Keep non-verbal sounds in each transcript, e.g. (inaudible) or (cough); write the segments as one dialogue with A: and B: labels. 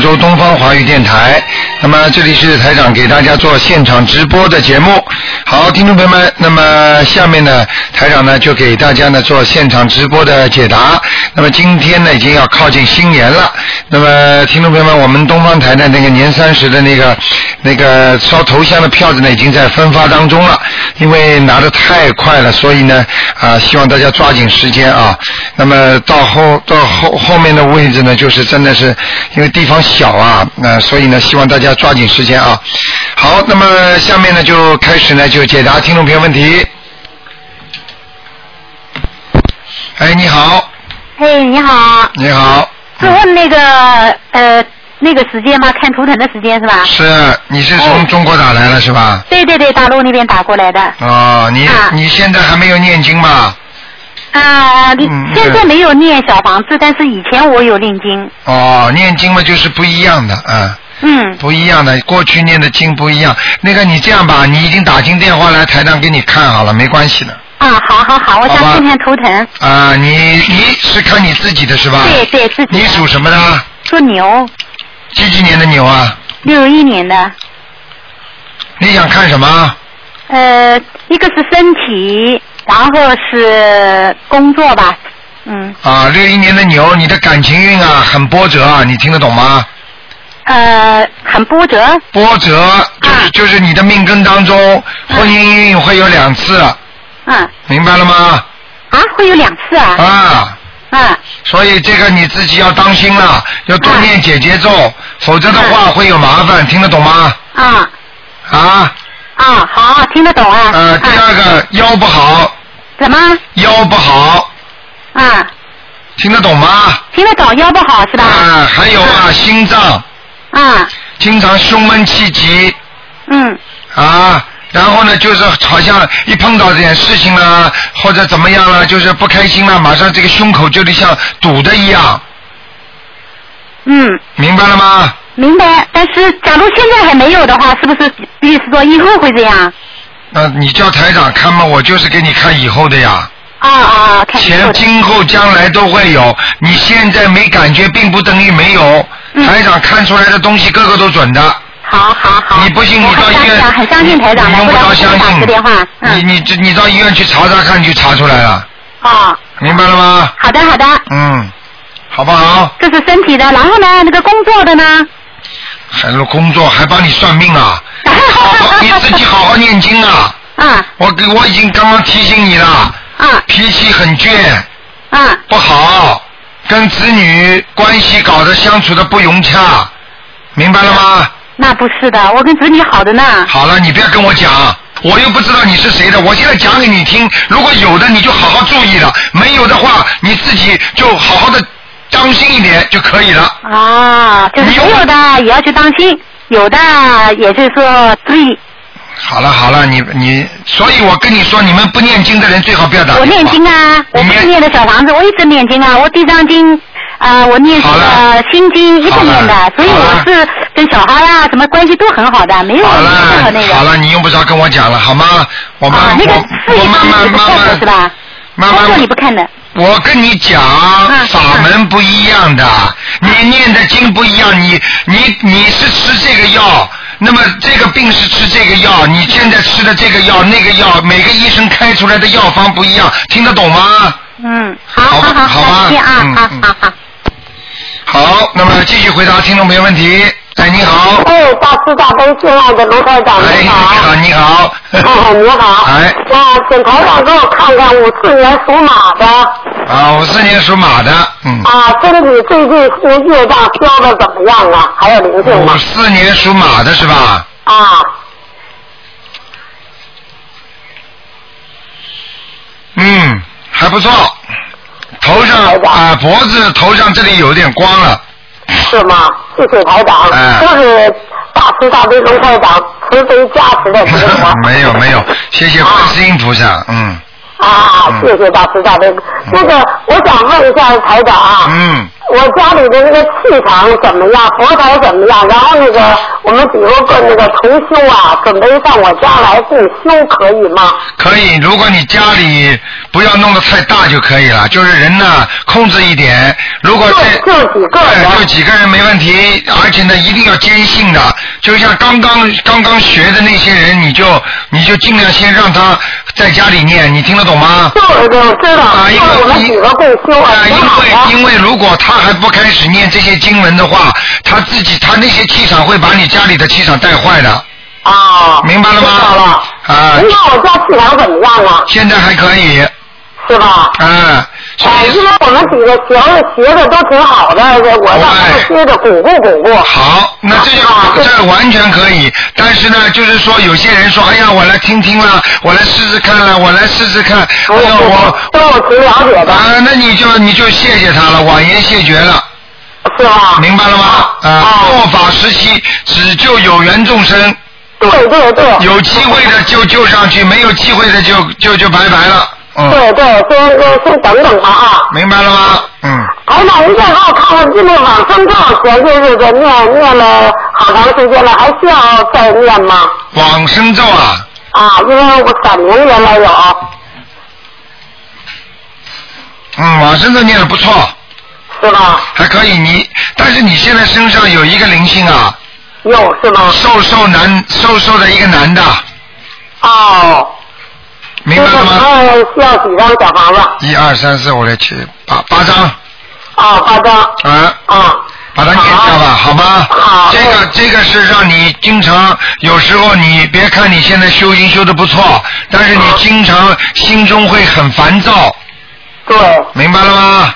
A: 州东方华语电台。那么这里是台长给大家做现场直播的节目。好，听众朋友们，那么下面呢，台长呢就给大家呢做现场直播的解答。那么今天呢已经要靠近新年了，那么听众朋友们，我们东方台的那个年三十的那个那个烧头香的票子呢已经在分发当中了，因为拿的太快了，所以呢啊、希望大家抓紧时间啊。那么到后到后后面的位置呢，就是真的是因为地方小啊，那、所以呢希望大家抓紧时间啊。好，那么下面呢就开始呢就解答听众朋友问题。哎，你好，
B: 嘿，哎你好，
A: 你好，
B: 是问那个呃那个时间吗？看图腾的时间是吧？
A: 是啊你是从中国打来了是吧？
B: 对对对，大陆那边打过来的。
A: 哦，你
B: 啊
A: 你现在还没有念经吧？
B: 啊，你
A: 嗯
B: 现在没有念小房子，但是以前我有念经。
A: 哦，念经嘛就是不一样的，嗯，
B: 嗯，
A: 不一样的，过去念的经不一样。那个你这样吧，你已经打进电话来，台长给你看好了，没关系的。
B: 啊，好好好，我想
A: 好吧
B: 看看图腾。
A: 啊、你你是看你自己的是吧？
B: 对对，自己
A: 你属什么的？
B: 属牛，
A: 几几年的牛啊？
B: 六一年的。
A: 你想看什么？
B: 呃，一个是身体，然后是工作吧。嗯，
A: 啊，六一年的牛，你的感情运啊很波折啊，你听得懂吗？
B: 呃，很波折。
A: 波折就是、
B: 啊
A: 就是你的命根当中，婚姻运会有两次，
B: 嗯，啊，
A: 明白了吗？
B: 会有两次啊。
A: 啊，
B: 啊，
A: 所以这个你自己要当心了，要多念姐姐咒，否则的话会有麻烦，听得懂吗？
B: 啊，
A: 啊，
B: 啊，好，听得懂啊。
A: 呃，第
B: 啊
A: 二个腰不好，
B: 怎么？
A: 腰不好，
B: 啊，
A: 听得懂吗？
B: 听得懂，腰不好是吧？
A: 啊，还有啊，心脏
B: 啊，
A: 经常胸闷气急
B: 嗯，
A: 啊，然后呢，就是好像一碰到点事情啦，或者怎么样啦，就是不开心啦，啊马上这个胸口就得像堵的一样，
B: 嗯，
A: 明白了吗？
B: 明白。但是，假如现在还没有的话，是不是意思说以后会这样？
A: 那你叫台长看嘛，我就是给你看以后的呀，
B: 啊啊，啊看以后
A: 前
B: 的
A: 今后将来都会有。你现在没感觉，并不等于没有。
B: 嗯
A: 台长看出来的东西，个个都准的。
B: 好好好。
A: 你不信，你
B: 我
A: 到
B: 很
A: 医
B: 相信
A: 院，
B: 啊，很相信台长
A: 你
B: 的，
A: 用
B: 不
A: 不
B: 然
A: 着
B: 我
A: 相
B: 给打
A: 信
B: 个电话。
A: 你
B: 嗯。
A: 你这你到医院去查查看，你就查出来了，
B: 哦，
A: 明白了吗？
B: 好的好的，
A: 嗯，好不好？
B: 这是身体的，然后呢，那个工作的呢？
A: 还有工作，还帮你算命
B: (laughs)
A: 啊？好好， (laughs) 你自己好好念经啊！
B: 啊
A: 我给我已经刚刚提醒你了，
B: 啊
A: 脾气很倔，
B: 啊
A: 不好，跟子女关系搞得相处的不融洽，明白了吗？
B: 那不是的，我跟子女好的呢。
A: 好了，你不要跟我讲，我又不知道你是谁的，我现在讲给你听。如果有的，你就好好注意了；没有的话，你自己就好好的当心一点就可以了。
B: 啊，就
A: 嗯
B: 是没有的也要去当心，有的也就是说注意。
A: 好了好了，你你，所以我跟你说，你们不念经的人最好不要打电
B: 我
A: 话
B: 念经啊，我不是念的小房子，我一直念经啊，我地藏经啊、我念
A: 好了
B: 呃心经一直念的
A: 好了，
B: 所以
A: 好了
B: 我是跟小孩啊什么关系都很好的，没有
A: 好
B: 任何
A: 了
B: 那个。
A: 好了，你用不着跟我讲了，好吗？我慢、
B: 啊，那个
A: 我
B: 事
A: 我
B: 业
A: 慢
B: 方面
A: 慢
B: 你不
A: 慢
B: 看的
A: 慢
B: 是吧？
A: 慢
B: 工作
A: 慢
B: 你不看的
A: 我跟你讲，法门不一样的，你念的经不一样，你你你是吃这个药，那么这个病是吃这个药，你现在吃的这个药那个药，每个医生开出来的药方不一样，听得懂吗？
B: 嗯，好
A: 好吧
B: 好
A: 好吧
B: 再见啊
A: 嗯，
B: 好
A: 嗯
B: 好好。
A: 好，那么继续回答听众朋友问题。哎，你好，
C: 哎，大师大悲，亲爱的卢台长，
A: 哎，
C: 你
A: 你
C: 好
A: 好，。你好，
C: (laughs) 哎，你好。
A: 哎
C: 那请台长给我看看五四年属马的
A: 啊，五四年属马的，嗯，
C: 啊，身体最近那业障消的怎么样啊？还有灵性吗
A: 五？四年属马的是吧？
C: 啊，
A: 嗯，还不错，头上
C: 好吧
A: 啊、脖子头上这里有点光了。
C: 是吗？谢谢台长，
A: 哎
C: 都是大慈大悲卢台长慈悲加持的啊结果。
A: (laughs) 没有没有，谢谢观
C: 啊
A: 世音菩萨，嗯
C: 啊，谢谢大慈大悲。那个，我想问一下台长啊，
A: 嗯，
C: 我家里的那个气场怎么样，佛台怎么样？然后那个我们以后跟那个同修啊，准备上我家来共修，可以吗？
A: 可以，如果你家里不要弄得太大就可以了，就是人呢控制一点。如果这
C: 就就几个人
A: 对就几个人没问题，而且呢一定要坚信的，就像刚刚刚刚学的那些人，你就你就尽量先让他在家里念，你听得懂吗？
C: 就我就知道，
A: 啊，因
C: 就
A: 为
C: 是我们
A: 因
C: 几个共修啊，
A: 啊，
C: 挺
A: 因
C: 好
A: 为
C: 的。
A: 因为如果他还不开始念这些经文的话，他自己他那些气场会把你家里的气场带坏的，
C: 啊，
A: 明白了吗？
C: 知道了。
A: 啊
C: 您，看我家气场怎么样啊？
A: 现在还可以，
C: 是吧？
A: 啊，所
C: 哎，因
A: 以
C: 为我们几个学的学的都挺好的，我让他们接着巩固巩固。
A: 好，那这就
C: 啊对
A: 这完全可以。但是呢，就是说有些人说，哎呀，我来听听啦，我来试试看啦，我来试试看，哎呀，我
C: 都我挺了解的，
A: 啊，那你就你就谢谢他了，婉言谢绝了。
C: 是吧？
A: 明白了吗？啊，
C: 啊
A: 末法时期只救有缘众生，
C: 对对对，
A: (laughs) 有机会的就救上去，没有机会的就就就拜拜了。嗯，
C: 对对，先先先等等他啊。
A: 明白了吗？嗯，
C: 哎，那您再给我看看，这那往生咒前些日子念念了好长时间了，还需要再念吗？
A: 往生咒啊，
C: 啊，因为我散年原来有，
A: 嗯，往生咒念的不错，
C: 是吧？
A: 还可以。你，但是你现在身上有一个灵性啊，
C: 有是吗？
A: 瘦瘦男，瘦瘦的一个男的，
C: 哦，
A: 明白了吗？
C: 那需要几张小房子？
A: 一二三四五六七八八张
C: 啊，八张。
A: 啊。
C: 啊，
A: 把它念掉吧，好吗？
C: 好
A: 这个这个是让你经常，有时候你别看你现在修行修的不错，但是你经常心中会很烦躁，
C: 对，
A: 明白了吗？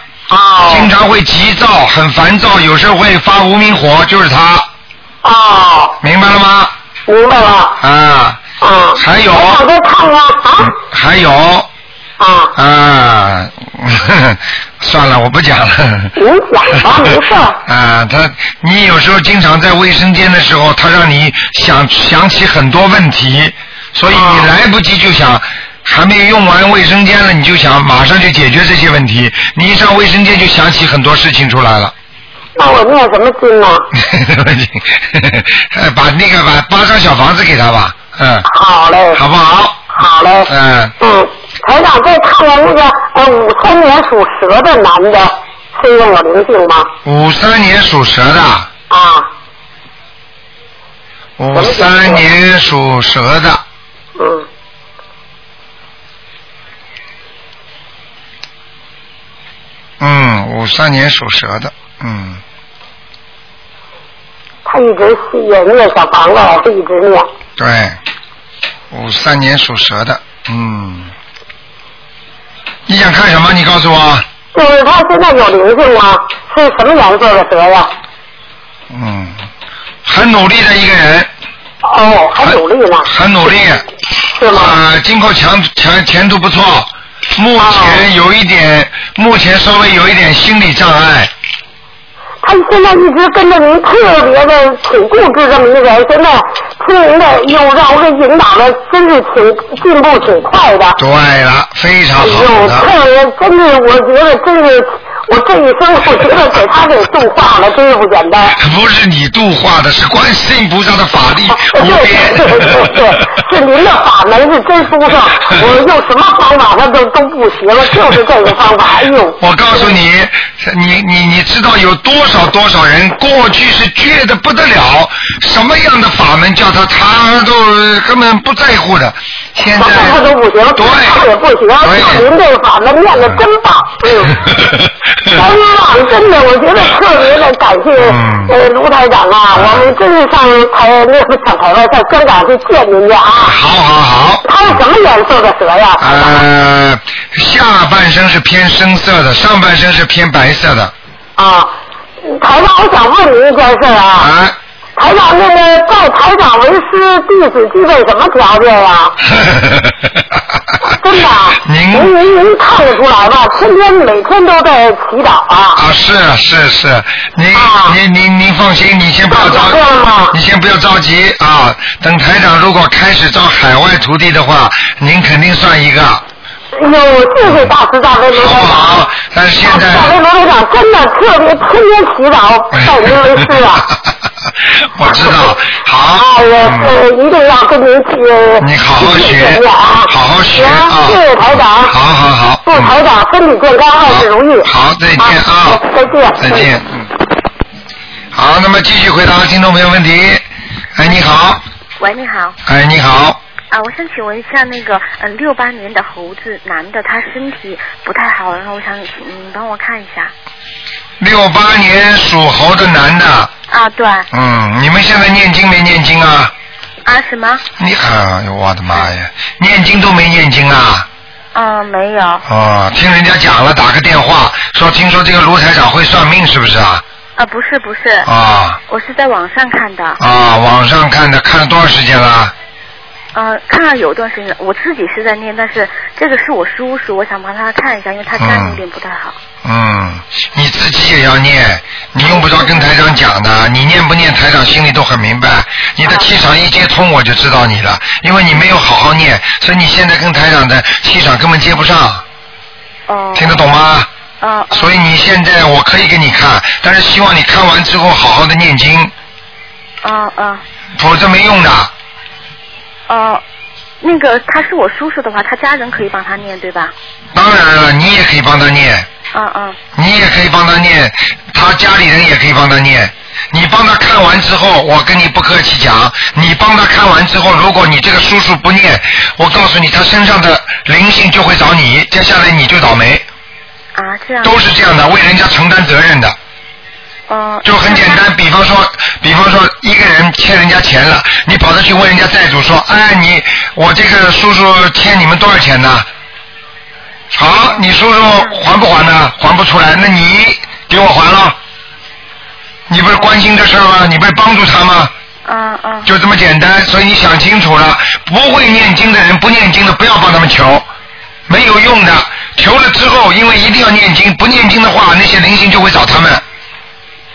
A: 经
C: 哦，
A: 常会急躁，很烦躁，有时候会发无名火，就是他，
C: 哦，
A: 明白了吗？
C: 明白了。
A: 啊，
C: 啊，
A: 还有嗯
C: 我想再看看啊
A: 还有
C: 啊，
A: 啊， (laughs) 算了，我不讲了。
C: 您
A: (laughs)
C: 讲吧，没事儿。
A: 啊，他，你有时候经常在卫生间的时候，他让你想想起很多问题，所以你来不及就想，还没用完卫生间了，你就想马上就解决这些问题，你一上卫生间就想起很多事情出来了。
C: 那我念什么经呢？
A: 呃 (laughs) 把那个把八张小房子给他吧，嗯，
C: 好嘞，
A: 好不好？
C: 好嘞。
A: 嗯，
C: 嗯，台长再看看那个呃五三年属蛇的男的，是用我灵性吗？
A: 五三年属蛇的，
C: 啊，
A: 五三年属蛇的，
C: 嗯，
A: 嗯，五三年属蛇的，嗯。
C: 他一直也念小房子，我是一直念。
A: 对，五三年属蛇的，嗯，你想看什么？你告诉我，
C: 就是他现在有灵性吗？是什么颜色的蛇呀？
A: 嗯，很努力的一个人，
C: 哦，还努力呢，
A: 很努力，
C: 是吗？
A: 啊，今后前前前途不错，目前有一点，目前稍微有一点心理障碍，
C: 他现在一直跟着您，特别的挺固执这么一个人，现在听您的又让我给引导的，真是挺进步挺快的。
A: 对了，非常
C: 哎
A: 啊好
C: 呦，
A: 的，
C: 特别真是，我觉得真是，我这一生我觉得给他给度化了，真是不简单。
A: 不是你度化的，是观世音菩萨的法
C: (laughs)
A: 力
C: 对
A: 无
C: 对对对
A: (laughs) 边。
C: 对，是您的法门是真殊胜，我用什么方法他都都不学了，就是这个方法。哎呦，
A: 我告诉你， (laughs) 你你你知道有多少多少人过去是倔得不得了，什么样的法门叫他他都根本不在乎的。现
C: 什
A: 在
C: 么他都不学，他也不学，就您这个法门念的真棒，
A: (laughs)
C: 嗯。真
A: 对，
C: 棒，真的，我觉得特别的感谢
A: 嗯
C: 呃卢台长啊，我们真是上台那个上台湾，上香港去见您去啊。
A: 好好好，
C: 它是什么颜色的蛇呀？
A: 呃，下半身是偏深色的，上半身是偏白色的。
C: 啊，台长，我想问您一件事啊。
A: 啊，
C: 台长，那个拜台长为师弟子具备什么条件呀？ (laughs) 真的啊，您
A: 您
C: 您您看得出来吧？天天每天都在祈祷啊。
A: 啊是是是，您
C: 啊
A: 您您您放心，你先不要着
C: 啊这样吗
A: 你先不要着急啊。等台长如果开始招海外徒弟的话，您肯定算一个。
D: 有谢谢大慈大悲罗
A: 好
D: 台长。
A: 不好？但是现
D: 大慈
A: 在
C: 啊
D: 大悲罗台长真的特别天天祈祷，
A: 哎
D: 但您没事啊。
A: (laughs) 我知道，好，
C: 啊
D: 哎呀，
A: 嗯，
C: 呃
D: 这一定要跟您去。
A: 你好好
D: 去
A: 学
D: 请教啊，
A: 好好学啊
D: 行，谢谢台长。
A: 好好好，
D: 祝台长身体健康，万事如意。
A: 好，好再见啊
D: 好，再见
A: 再见，嗯。好，那么继续回答听众朋友问题。哎，你好，
E: 喂，你好，
A: 哎，你好，
E: 啊，我想请问一下那个，嗯，六八年的猴子男的，他身体不太好，然后我想请你帮我看一下。
A: 六八年属猴的男的，
E: 啊，对，
A: 嗯，你们现在念经没念经啊？
E: 啊什么？
A: 你啊，哎呦我的妈呀，念经都没念经啊！
E: 嗯，没有，
A: 哦，听人家讲了，打个电话说，听说这个卢台长会算命，是不是啊？
E: 啊，不是不是，
A: 啊
E: 我是在网上看的，
A: 啊，网上看的，看了多少时间了？
E: 呃，看了有一段时间了，我自己是在念，但是这个是我叔叔，我想帮他看一下，因为他家里有点不太好。
A: 嗯，你自己也要念，你用不着跟台长讲的，你念不念台长心里都很明白。你的气场一接通，我就知道你了，因为你没有好好念，所以你现在跟台长的气场根本接不上，
E: 哦、
A: 嗯听得懂吗？
E: 哦、
A: 所以你现在我可以给你看，但是希望你看完之后好好的念经，
E: 哦哦
A: 否则没用的。
E: 哦，那个他是我叔叔的话，他家人可以帮他念对吧？
A: 当然了，你也可以帮他念，
E: 嗯嗯
A: 你也可以帮他念，他家里人也可以帮他念。你帮他看完之后，我跟你不客气讲，你帮他看完之后，如果你这个叔叔不念，我告诉你，他身上的灵性就会找你，接下来你就倒霉，
E: 啊，这样。
A: 都是这样的，为人家承担责任的。
E: 哦、
A: 就很简单，比方说，比方说一个人欠人家钱了，你跑着去问人家债主说，哎，你我这个叔叔欠你们多少钱呢？好，你叔叔还不还呢？还不出来，那你给我还了。你不是关心这事儿吗？你不是帮助他吗？
E: 嗯嗯
A: 就这么简单，所以你想清楚了，不会念经的人，不念经的不要帮他们求，没有用的。求了之后，因为一定要念经，不念经的话，那些灵性就会找他们。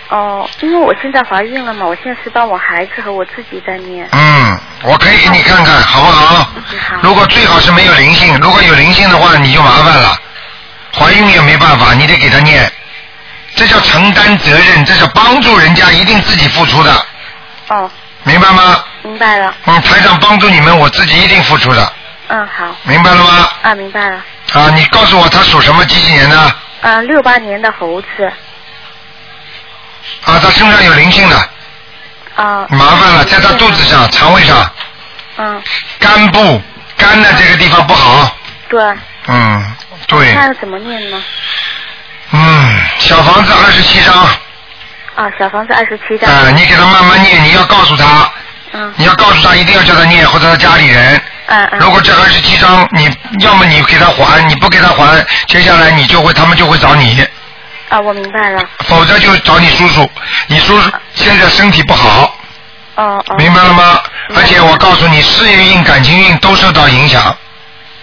E: 哦，因为我现在怀孕了嘛，我现在是帮我孩子和我自己在念。
A: 嗯，我可以给你看看，好不好？如果最好是没有灵性，如果有灵性的话，你就麻烦了。怀孕也没办法，你得给他念，这叫承担责任，这叫帮助人家，一定自己付出的，
E: 哦，
A: 明白吗？
E: 明白了。
A: 嗯，台长帮助你们，我自己一定付出的，
E: 嗯，好。
A: 明白了吗？
E: 啊，明白了。
A: 啊，你告诉我他属什么几几年的？
E: 嗯，六八年的猴子。
A: 啊，他身上有灵性的，
E: 啊、
A: 麻烦了，在他肚子上、肠胃上、
E: 嗯，
A: 肝部、肝的这个地方不好。
E: 对。
A: 嗯，对。
E: 那要怎么念呢？
A: 嗯，小房子二十七张，啊、
E: 啊，小房子二十七张。
A: 呃你给他慢慢念，你要告诉他，
E: 嗯
A: 你要告诉他一定要叫他念，或者他家里人。
E: 嗯嗯。
A: 如果这二十七张，你要么你给他还，你不给他还，接下来你就会他们就会找你，
E: 啊，我明白了。
A: 否则就找你叔叔。你叔叔现在身体不好，
E: 嗯哦哦。
A: 明白了吗？
E: 明白
A: 而且我告诉你，事业运、感情运都受到影响，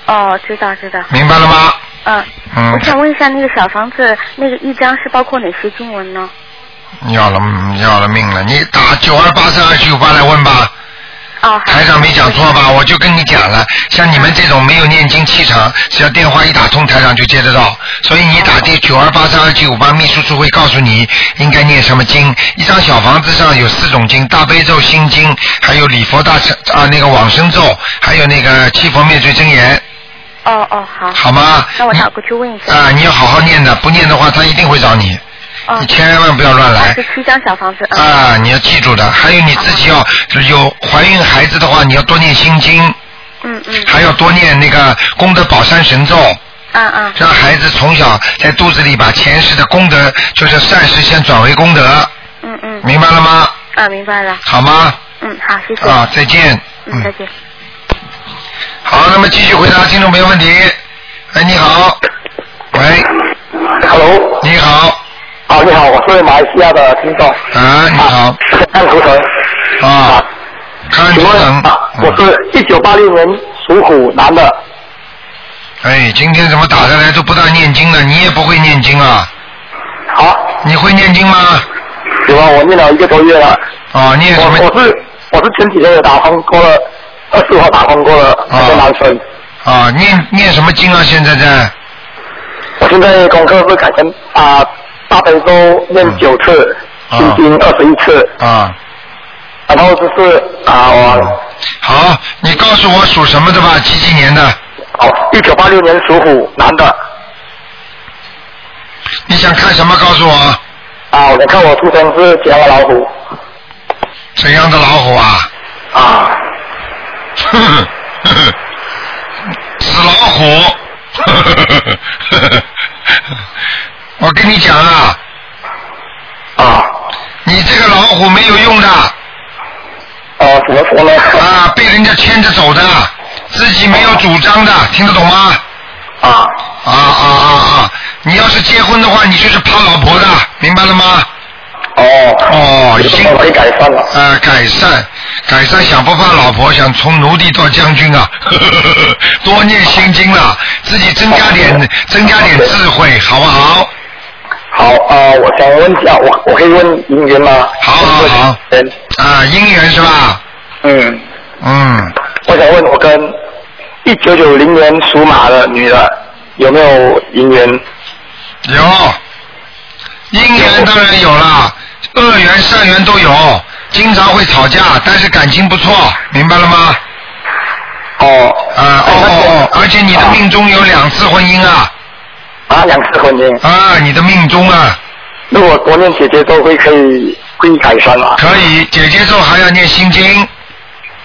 E: 哦，知道知道。
A: 明白了吗？
E: 嗯。
A: 嗯
E: 我想问一下，那个小房子那个一张是包括哪些经文呢？
A: 要了要了命了！你打九二八三二九八来问吧。
E: 哦，好
A: 台长没讲错吧？我就跟你讲了，像你们这种没有念经气场，只要电话一打通，台长就接得到。所以你打第九二八三二七五八，秘书处会告诉你应该念什么经。一张小房子上有四种经：大悲咒、心经，还有礼佛大乘啊那个往生咒，还有那个七佛灭罪真言，
E: 哦哦，好。
A: 好吗？
E: 那我
A: 你
E: 打过去问一下。
A: 啊，你要好好念的，不念的话，他一定会找你，
E: 哦
A: 你。千万不要乱
E: 二
A: 来
E: 十。七张小房子。嗯。
A: 啊，你要记住的，还有你自己要有怀孕孩子的话，你要多念心经。
E: 嗯嗯。
A: 还要多念那个功德宝山神咒，
E: 嗯嗯。
A: 让孩子从小在肚子里把前世的功德，就是善事先转为功德，
E: 嗯嗯。
A: 明白了吗？
E: 啊，明白了。
A: 好吗？
E: 嗯，好，谢谢。
A: 啊，再见。
E: 嗯，再见。
A: 好，那么继续回答听众朋友问题。哎，你好。喂，
C: Hello，
A: 你好。
C: 啊，你好，我是马来西亚的听众。
A: 啊，你好。
C: 看图腾。
A: 啊，看图
C: 请问
A: 腾
C: 啊，。
A: 嗯
C: 我是一九八六年属虎男的，
A: 哎，今天怎么打下来都不大念经了？你也不会念经啊？
C: 啊，
A: 你会念经吗？
C: 有啊，我念了一个多月了，
A: 啊，念什么？
C: 我我是我是前几天有打通过了，二十五号打通过了那个男生，
A: 啊，念念什么经啊？现在在
C: 我现在功课是改成啊、大悲咒念九次，
A: 啊
C: 心经二十一次，
A: 啊，
C: 然后就是啊、
A: 好，你告诉我属什么的吧？几几年的？
C: 我哦一九八六年属虎男的
A: 你想看什么？告诉我，
C: 啊，我看我出生是几号老虎
A: 怎样的老虎啊？ (laughs)
C: 啊，
A: 呵呵呵呵死老虎。 (laughs) 呵呵呵呵呵我跟你讲啊，
C: 啊，
A: 你这个老虎没有用的
C: 呃，怎么说呢？
A: 啊，被人家牵着走的，自己没有主张的，听得懂吗？
C: 啊，
A: 啊啊啊啊！你要是结婚的话，你就是怕老婆的，明白了吗？
C: 哦，
A: 哦，已
C: 有什
A: 经
C: 么可以改善了？
A: 呃改善，改善想不怕老婆，想从奴隶到将军啊， (laughs) 多念心经了，自己增加点增加点智慧，好不好？
C: 好啊、呃我想问一下，我我可以问姻缘吗？
A: 好好好
C: 嗯
A: 啊，姻缘是吧？
C: 嗯，
A: 嗯，
C: 我想问我跟一九九零年属马的女的有没有姻缘？
A: 有，姻缘当然有啦，恶缘善缘都有，经常会吵架，但是感情不错，明白了吗？
C: 哦，
A: 啊、哦哦哦，而且你的命中有两次婚姻啊，
C: 啊，两次婚姻，
A: 啊，你的命中啊，
C: 如果多念姐姐都会可以会改善吗？
A: 可以，姐姐咒还要念心经，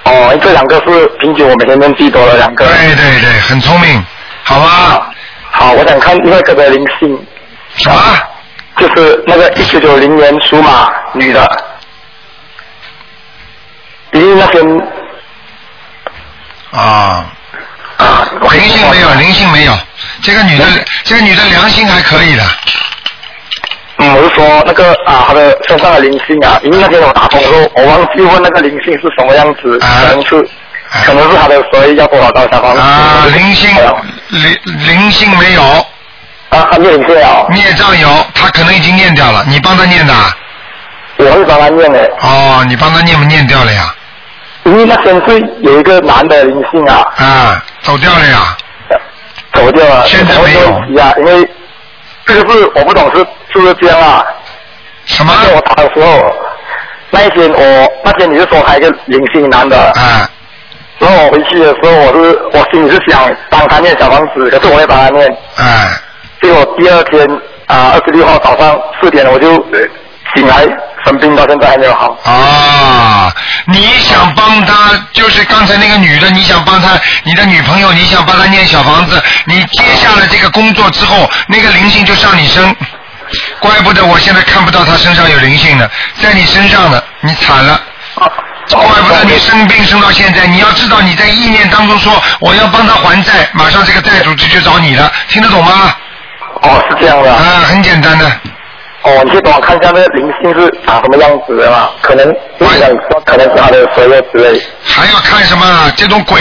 C: 哦，这两个是平均我每天念最多的两个。
A: 对对对，很聪明，好吧？
C: 啊好，我想看另外一个的灵性，
A: 什么？
C: 就是那个一九九零年属马女的，比利那边
A: 啊，
C: 啊，我可以
A: 灵性没有，灵性没有，这个女的，这个女的良心还可以的，
C: 嗯，我是说那个啊，他的身上的灵性啊，因为那天我打通之后，我忘记问那个灵性是什么样子，
A: 啊
C: 可能是
A: 啊
C: 可能是他的所以要多少道下方
A: 啊，灵性灵灵性没有，
C: 啊，他念这样，
A: 孽障有，她可能已经念掉了，你帮她念的啊？
C: 我会帮他念的，
A: 哦，你帮她念不念掉了呀？
C: 因为那天是有一个男的灵性啊，
A: 啊，走掉了呀？
C: 走掉了，
A: 现在没有
C: 我问一啊下，因为这个是我不懂是是不是这样啊？
A: 什么
C: 那？天我打的时候，那一天我那天你是说还有一个灵性男的，
A: 啊，
C: 然后我回去的时候，我是我心里是想帮他念小房子，可是我也帮他念。
A: 哎，
C: 结果第二天啊，二十六号早上四点我就呃醒来生病，到现在还没有好。
A: 啊，你想帮她，就是刚才那个女的，你想帮她，你的女朋友，你想帮她念小房子，你接下了这个工作之后，那个灵性就上你身，怪不得我现在看不到她身上有灵性呢，在你身上呢，你惨了。怪不哦得你生病生到现在，你要知道你在意念当中说我要帮他还债，马上这个债主就去找你了，听得懂吗？
C: 哦，是这样的
A: 啊
C: 啊。，
A: 很简单的，
C: 哦，你去帮我看一下那个灵性是长什么样子的嘛？可能我想说，可能是他的蛇肉之类。
A: 还要看什么啊？这种鬼，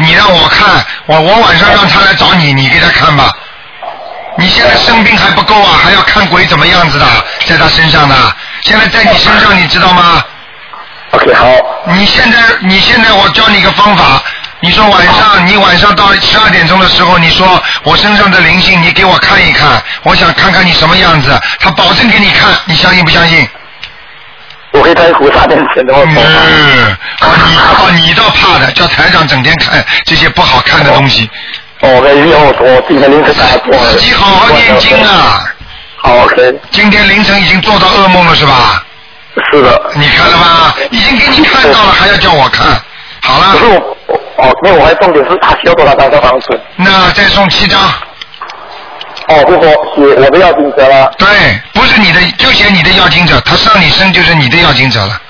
A: 你让我看，我我晚上让他来找你，你给他看吧。你现在生病还不够啊，还要看鬼怎么样子的，在他身上的，现在在你身上，你知道吗？
C: OK，好，
A: 你现在你现在我教你一个方法，你说晚上你晚上到十二点钟的时候，你说我身上的灵性，你给我看一看，我想看看你什么样子，他保证给你看，你相信不相信？
C: 我可以在菩萨面前的话说吗。
A: 嗯，哦你哦你倒怕的，叫台长整天看这些不好看的东西，
C: 哦，我以后我自己的灵是打过
A: 自己好好念经！啊！
C: 好，OK，
A: 今天凌晨已经做到噩梦了是吧？
C: 是的。
A: 你看了吧？已经给你看到了，还要叫我看？好
C: 可是
A: 了，
C: 我，我哦，因为我还重点是他需要多少张小房子？
A: 那再送七张。
C: 哦，不说写我的要金蛇了。
A: 对，不是你的就写你的要经者，他上你身就是你的要经者了，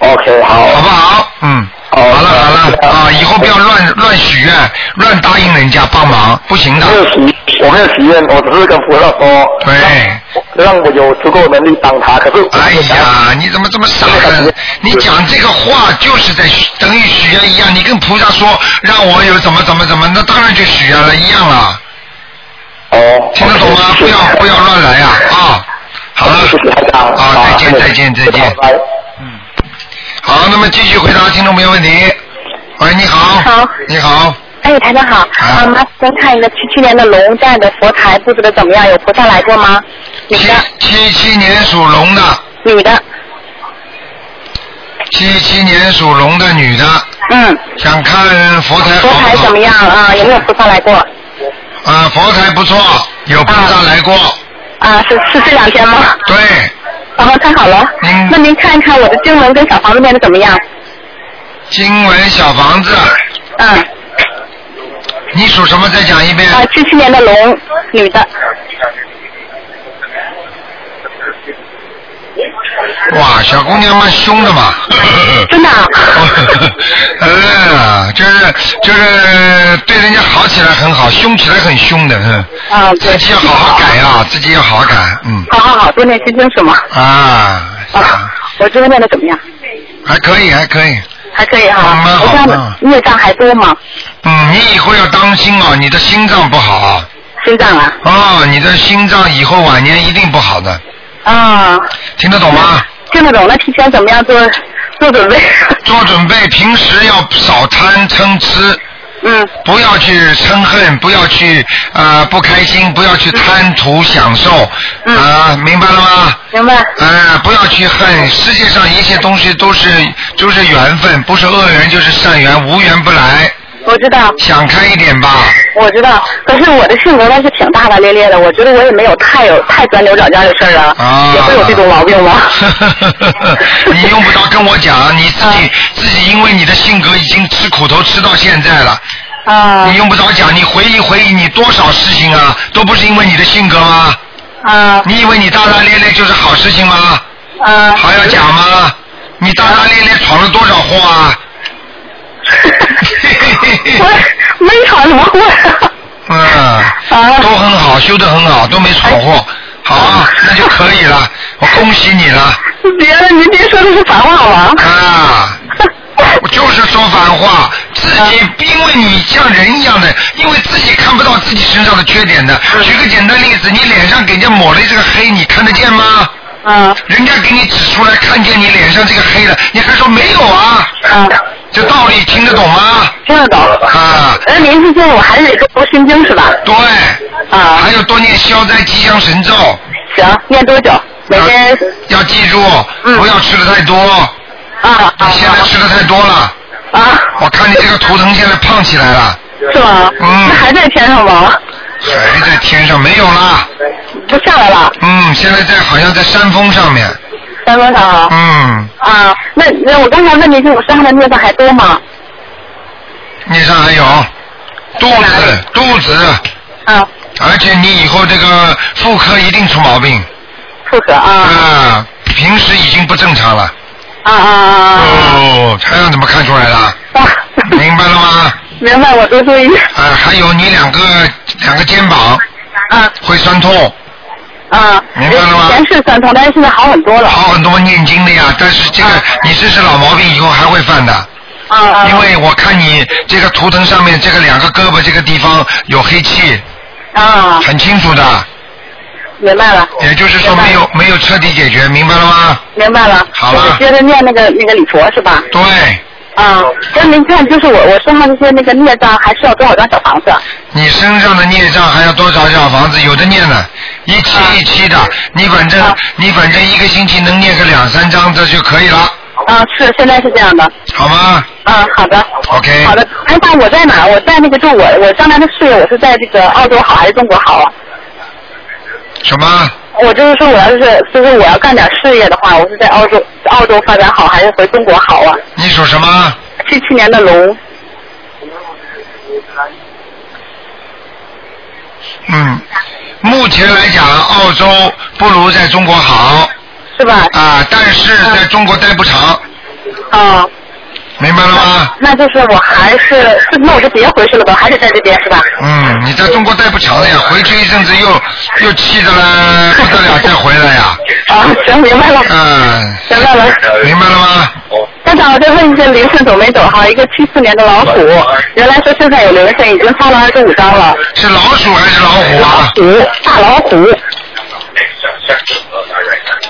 C: OK，好。哦
A: 好不好？嗯。
C: 好
A: 好了好
C: 好
A: 了
C: 的
A: 啊，以后不要乱乱许愿，乱答应人家帮忙，不行的
C: 没。有许，我没有许愿，我只是跟菩萨说，
A: 对。
C: 让我有足够能力帮他。可是我，
A: 哎呀，你怎么这么傻呢？你讲这个话就是在许等于许愿一样，你跟菩萨说让我有怎么怎么怎么，那当然就许愿了，一样了。
C: 哦，
A: 听得懂吗？不要不要乱来呀啊！好了，
C: 谢谢台长。
A: 啊，再见再见再见。
C: 拜拜
A: 好，那么继续回答听众朋友问题。喂，你好。
F: 好
A: 你好，
F: 哎、
B: 哎，台长好，啊，麻烦您看一个去去年的龙站的佛台布置的怎么样？有菩萨来过吗？女
A: 七
B: 的，
A: 七七年属龙的，
B: 女的，
A: 七七年属龙的女的，
B: 嗯，
A: 想看佛台嗯
B: 佛
A: 好
B: 台
A: 不
B: 怎
A: 好
B: 么？样啊？有没有菩萨来过？
A: 啊，佛台不错，有菩萨来过。
B: 啊，是是这两天吗？
A: 对，
B: 啊，太好了。
A: 嗯
B: 那您看一看我的经文跟小房子念的怎么样？
A: 经文小房子，
B: 嗯，
A: 你属什么？再讲一遍。
B: 啊，去去年的龙，女的，
A: 哇，小姑娘蛮凶的嘛。
B: 真的啊、
A: (laughs) 嗯，就是就是对人家好起来很好，凶起来很凶的，嗯。
B: (laughs) 啊，
A: 自
B: 对，
A: 己要好好改啊，自己要好好改，嗯。
B: 好好好，多念心经是吗？
A: 啊，
B: 啊，我经文念的怎么样？
A: 还可以，还可以。
B: 还可以哈、
A: 嗯蛮好
B: 我这样
A: 嗯
B: 的孽障还多吗？
A: 嗯，你以后要当心哦，你的心脏不好啊
B: 心脏啊？
A: 哦，你的心脏以后晚年一定不好的，
B: 啊，
A: 听得懂吗？
B: 听得懂，那提前怎么样做做准备？ (laughs)
A: 做准备，平时要少贪嗔痴，
B: 嗯
A: 不要去嗔恨，不要去呃不开心，不要去贪图享受，啊、
B: 嗯
A: 明白了吗？
B: 明白。
A: 呃，不要去恨，世界上一切东西都是都是缘分，不是恶缘就是善缘，无缘不来。
B: 我知道，
A: 想开一点吧，
B: 我知道。可是我的性格倒是挺大大咧咧的，我觉得我也没有太有太钻牛角尖的事儿啊，
A: 啊
B: 也会有这种毛病吗？
A: (laughs) 你用不着跟我讲，你自己、自己因为你的性格已经吃苦头吃到现在了，
B: (laughs) 啊
A: 你用不着讲，你回忆回忆你多少事情啊，都不是因为你的性格吗？
B: 啊
A: 你以为你大大咧咧就是好事情吗？
B: 啊！
A: 还要讲吗？你大大咧咧闯了多少祸啊？
B: 我没闯什么祸呀。
A: 嗯，
B: 啊
A: 都很好，修得很好，都没闯祸，好啊，那就可以了，我恭喜你了
B: 别了，您别说的是反话吧？
A: 啊！我就是说反话，自己因为你像人一样的，因为自己看不到自己身上的缺点的。举个简单例子，你脸上给人家抹了这个黑，你看得见吗？
B: 嗯
A: 人家给你指出来，看见你脸上这个黑了，你还说没有啊？
B: 嗯，
A: 这道理听得懂吗？
B: 听得懂。哎
A: 啊，
B: 那您是说我还是得多读心经是吧？
A: 对，
B: 啊
A: 还，有多念消灾吉祥神咒。
B: 行，念多久？每天
A: 要记住，
B: 嗯
A: 不要吃的太多。
B: 啊
A: 你现在吃的太多了，
B: 啊啊，
A: 我看你这个图腾现在胖起来了，
B: 是吗？
A: 嗯
B: 那还在天上吗？
A: 还在天上没有啦。
B: 不下来了，
A: 嗯，现在在好像在山峰上面。
B: 三多少啊？
A: 嗯，
B: 啊，那那我刚才问您，是我身上的孽障还多吗？
A: 你上还有肚子，肚子，
B: 啊，
A: 而且你以后这个妇科一定出毛病
B: 妇科
A: 啊、
B: 啊
A: 平时已经不正常了。
B: 啊啊
A: 哦，台上怎么看出来了？
B: 啊！啊，
A: 明白了吗？
B: 明白，我多注意。
A: 啊，还有你两个两个肩膀
B: 啊
A: 会酸痛。
B: 啊，
A: 明白了吗
B: 以前是酸痛，但是现在好很多了。
A: 好很多念经的呀，但是这个你这是老毛病，以后还会犯的。
B: 啊啊，
A: 因为我看你这个图腾上面这个两个胳膊这个地方有黑气，
B: 啊，
A: 很清楚的，
B: 明白了，
A: 也就是说没有没有彻底解决，明白了吗？
B: 明白了。
A: 好了
B: 就是接着念那个那个礼佛是吧？
A: 对，
B: 啊，
A: 嗯
B: 那您看，就是我我身上这些那个孽障，还需要多少张小房子？
A: 你身上的孽障还要多少小房子？有的念呢，一期一期的，你反正
B: 啊
A: 你反正一个星期能念个两三张这就可以了，
B: 啊，是现在是这样的。
A: 好吗
B: 啊，好的。
A: ？OK，
B: 好的，哎，那我在哪儿？我在那个，就我我将来的事业，我是在这个澳洲好还是中国好啊？
A: 什么？
B: 我就是说，我要是就是我要干点事业的话，我是在澳洲澳洲发展好还是回中国好啊？
A: 你属什么？
B: 七七年的龙，
A: 嗯，目前来讲，澳洲不如在中国好
B: 是吧？
A: 啊，但是
G: 嗯
A: 在中国待不长，
B: 啊、
A: 明白了吗？
B: 那就是我还是是那我就别回去了吧，还得在这边是吧？
A: 嗯，你在中国待不长了呀，回去一阵子又又气的了不得了，再回来呀，
B: 啊，行，明白了，
A: 嗯，
B: 明白了。
A: 明白了吗？
B: 班长，我再问一下，灵性走没走哈？一个七四年的老虎，原来说现在有灵性，已经发了二十五张了。
A: 是老鼠还是老虎啊？
B: 虎，大老虎，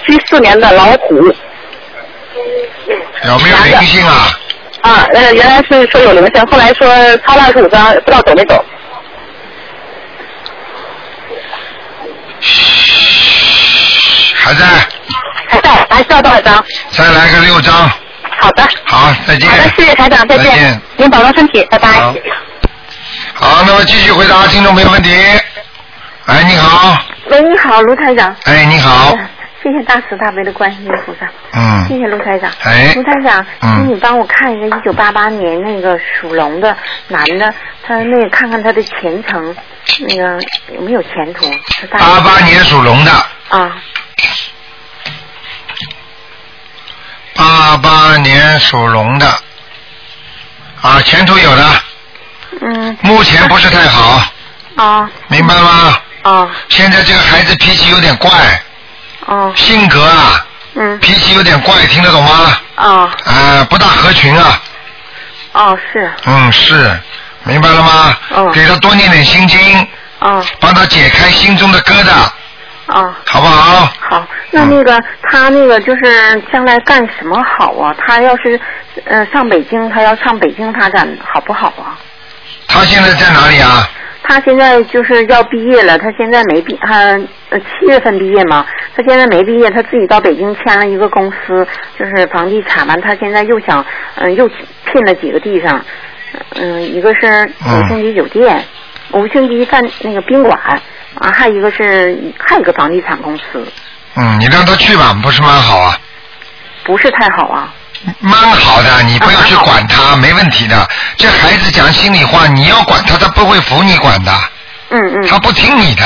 B: 七四年的老虎，
A: 有没有灵性啊？
G: 啊，那
B: 呃
G: 个原来是说有灵性，后来说抄了二十五张，不知道走没走。
A: 还在，
G: 还在，还需要多少张？
A: 再来个六张，
G: 好的，
A: 好，再见
G: 好。的，谢谢台长，再
A: 再见
G: 见。您保重身体，拜拜
A: 好。，好，那么继续回答听众朋友问题。哎，你好，
H: 喂，你好，卢台长。
A: 哎，你好，
H: 谢谢大慈大悲的观世音菩萨，谢
A: 嗯，
H: 谢卢台长。
A: 哎
H: 卢台长，
A: 嗯
H: 请你帮我看一个一九八八年那个属龙的男的，他那个看看他的前程，那个有没有前途？他大
A: 八八年属龙的，
H: 啊，
A: 八八年属龙的，啊，前途有的，
H: 嗯，
A: 目前不是太好，
H: 啊，
A: 明白吗？
H: 啊，
A: 现在这个孩子脾气有点怪，
H: 哦，
A: 性格啊，
H: 嗯，
A: 脾气有点怪，听得懂吗？
H: 哦，
A: 啊，不大合群啊，
H: 哦，是，
A: 嗯，是，明白了吗？
H: 嗯
A: 给他多念点心经，
H: 哦，
A: 帮他解开心中的疙瘩，
H: 哦。
A: 好不好？
H: 好，那
A: 嗯
H: 那个他那个就是将来干什么好啊？他要是呃上北京，他要上北京发展好不好啊？
A: 他现在在哪里啊？
H: 他现在就是要毕业了，他现在没毕，他呃七月份毕业嘛，他现在没毕业，他自己到北京签了一个公司，就是房地产完，他现在又想，嗯、又聘了几个地方，嗯、一个是
A: 嗯
H: 五星级酒店，五星级饭那个宾馆，啊，还有一个是还有一个房地产公司，
A: 嗯，你让他去吧，不是蛮好啊？
H: 不是太好啊，
A: 蛮好的，你不要去管他，没问题的。这孩子讲心里话，你要管他，他不会服你管的，
H: 嗯嗯
A: 他不听你的。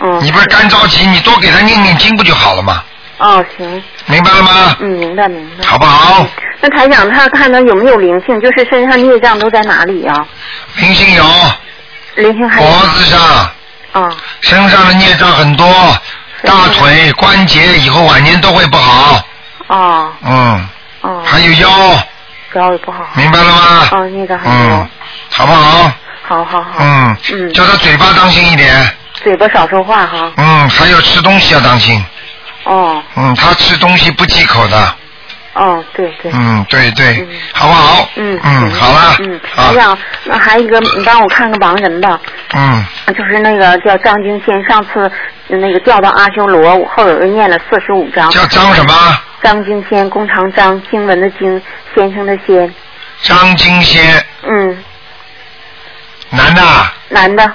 H: 嗯，
A: 你不是干着急，你多给他念念经不就好了吗？
H: 哦行，
A: 明白了吗？
H: 嗯明白明白。
A: 好不好？
H: 那台长他看他有没有灵性，就是身上孽障都在哪里啊？
A: 灵性有，
H: 灵性还有
A: 脖子上、
H: 啊。
A: 身上的孽障很多，
H: 嗯
A: 大腿、关节以后晚年都会不好。
H: 哦
A: 嗯，
H: 哦，
A: 还有腰，
H: 腰也不好。
A: 明白了
H: 哦，
A: 吗？
H: 那个还有，
A: 嗯，好不好？
H: 好好好，
A: 嗯，
H: 嗯
A: 叫他嘴巴当心一点。
H: 嘴巴少说话哈。
A: 嗯，还有吃东西要当心。
H: 哦
A: 嗯，他吃东西不忌口的。
H: 哦，对对。
A: 嗯，对对
H: 嗯，
A: 好不好？
H: 嗯
A: 嗯，好了。
H: 嗯，台
A: 啊，
H: 长，那还有一个，你帮我看个盲人吧，
A: 嗯，
H: 就是那个叫张金仙，上次那个调到阿修罗，我后来又念了四十五章。
A: 叫张什么？
H: 张金仙，工长张，经文的经，先生的先，
A: 张金仙，
H: 嗯，
A: 男的啊，
H: 男的，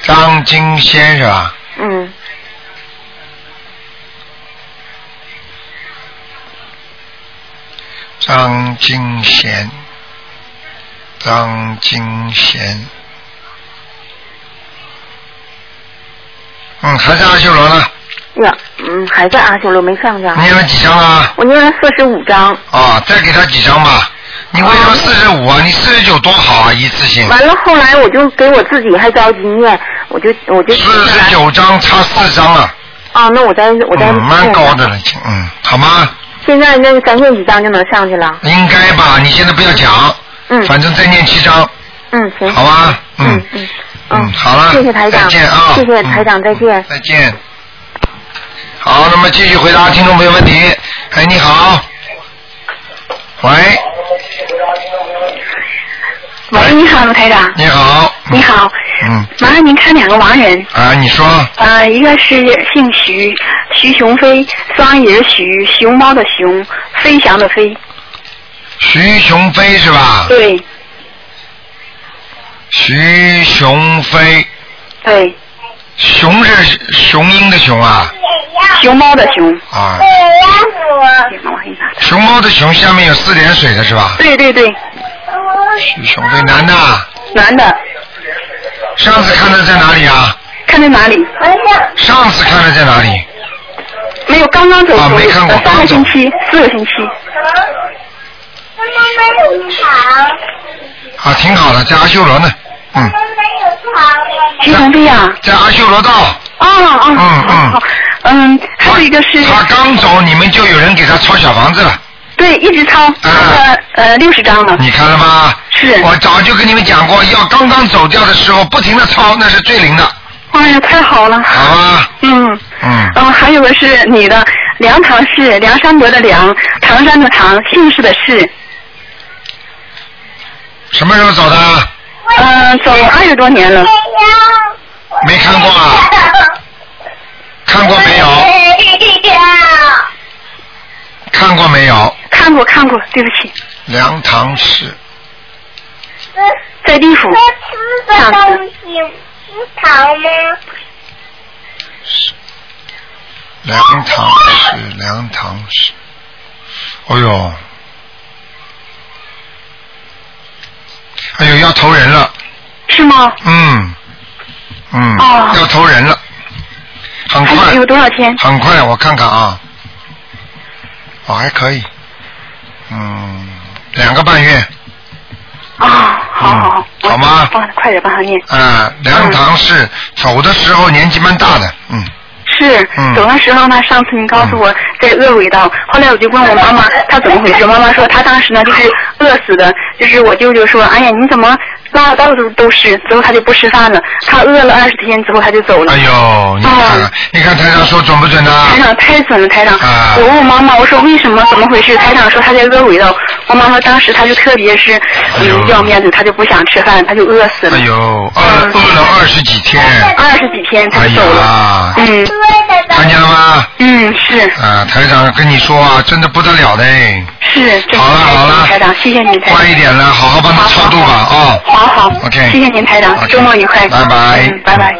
A: 张金仙是吧？
H: 嗯，
A: 张金贤，张金贤，嗯，还在阿修罗呢，
H: 呀，嗯，还在阿修罗没上去啊。
A: 念了几张啊？
H: 我念了四十五章，
A: 啊，再给他几张吧。你为什么四十五啊？你四十九多好啊，一次性。
H: 完了后来我就给我自己还着急念，我就我就
A: 四十九张差四张了，
H: 啊，那我再我再
A: 嗯，蛮
H: 念
A: 高的了，嗯，好吗？
H: 现在那个咱念几章就能上去了？
A: 应该吧？你现在不要讲，
H: 嗯
A: 反正再念七张，
H: 嗯，行，
A: 好吧？嗯
H: 嗯嗯
A: 嗯，好了，
H: 谢谢台长，
A: 再见啊，
H: 谢谢台长，
A: 嗯
H: 再见。
A: 再见。好，那么继续回答听众朋友问题。哎，你好，喂，
G: 喂，你好，卢台长。
A: 你好，
G: 你好，
A: 嗯，
G: 麻烦您看两个亡人，
A: 啊，你说，
G: 呃，一个是姓徐，徐雄飞，双人徐，熊猫的熊，飞翔的飞。
A: 徐雄飞是吧？
G: 对
A: 徐雄飞，
G: 对，
A: 雄是雄鹰的雄啊，
G: 熊猫的熊。
A: 啊，
G: 别忙我给你拿
A: 熊猫的熊下面有四点水的是吧？
G: 对对对，
A: 徐雄飞，男的啊，
G: 男的，
A: 上次看的在哪里啊？
G: 看在哪里？
A: 上次看的在哪里？
G: 没有，刚刚走出
A: 啊没
G: 去，
A: 看过
G: 呃三
A: 刚
G: 个
A: 走
G: 星期，四个星期。
A: 啊，挺好的，在阿修罗呢，嗯，
G: 徐雄飞啊，
A: 在阿修罗道。
G: 啊啊，
A: 嗯嗯
G: 好，嗯，还有一个是，
A: 他刚走，你们就有人给他抄小房子了，
G: 对，一直抄，抄了呃六十张了，
A: 你看了吗？
G: 是，
A: 我早就跟你们讲过，要刚刚走掉的时候不停的抄，那是最灵的，
G: 哎呀，太好了，
A: 好吗？
G: 嗯。
A: 嗯，
G: 嗯，还有个是你的梁唐氏，梁山伯的梁，唐山的唐，姓氏的氏。
A: 什么时候走的？
G: 嗯，走了二十多年了，
A: 没看过啊？
G: (laughs)
A: 看过没有？看过没有？
G: 看过看过，对不起，
A: 梁唐氏，
G: 在地府。
I: 这东西是糖吗？
A: 梁唐氏，梁唐氏。哎呦，哎呦，要投人了。
G: 是吗？
A: 嗯，嗯，
G: 哦
A: 要投人了，很
G: 还
A: 快
G: 有，多少天？
A: 很快，我看看啊，哦，还可以，嗯，两个半月，
G: 啊、好好好，
A: 嗯好吗
G: 帮快点帮他念。
A: 啊、梁唐氏走的时候年纪蛮大的，嗯，
G: 是
A: 嗯，
G: 走的时候呢，上次您告诉我在恶鬼道，后来我就问我妈妈她怎么回事，妈妈说她当时呢就是饿死的，就是我舅舅说，哎呀你怎么拉的到处都是，之后她就不吃饭了，她饿了二十天之后她就走了
A: 哎。呦，你看看
G: 嗯哦，
A: 你看台上说准不准啊呢？
G: 台长太准了，台长！
A: 啊
G: 我问我妈妈，我说为什么，怎么回事？台长说她在饿鬼道。我妈妈当时她就特别是
A: 哎呦
G: 嗯要面子，她就不想吃饭，她就饿死了
A: 哎，呦，饿
G: 嗯
A: 饿了二十几天，
G: 二十几天她
A: 哎
G: 就走了。
A: 呀，
G: 嗯
A: 看见了吗？
G: 嗯，是
A: 啊，台长跟你说啊，真的不得了的，
G: 是，真是
A: 好了
G: 太
A: 好
G: 准
A: 了
G: 台长，谢谢您，台长
A: 乖。一点了，好好帮他超度吧啊。
G: 好好
A: OK
G: 谢谢您台长
A: OK
G: 周末愉快，
A: 拜拜
G: 嗯拜拜。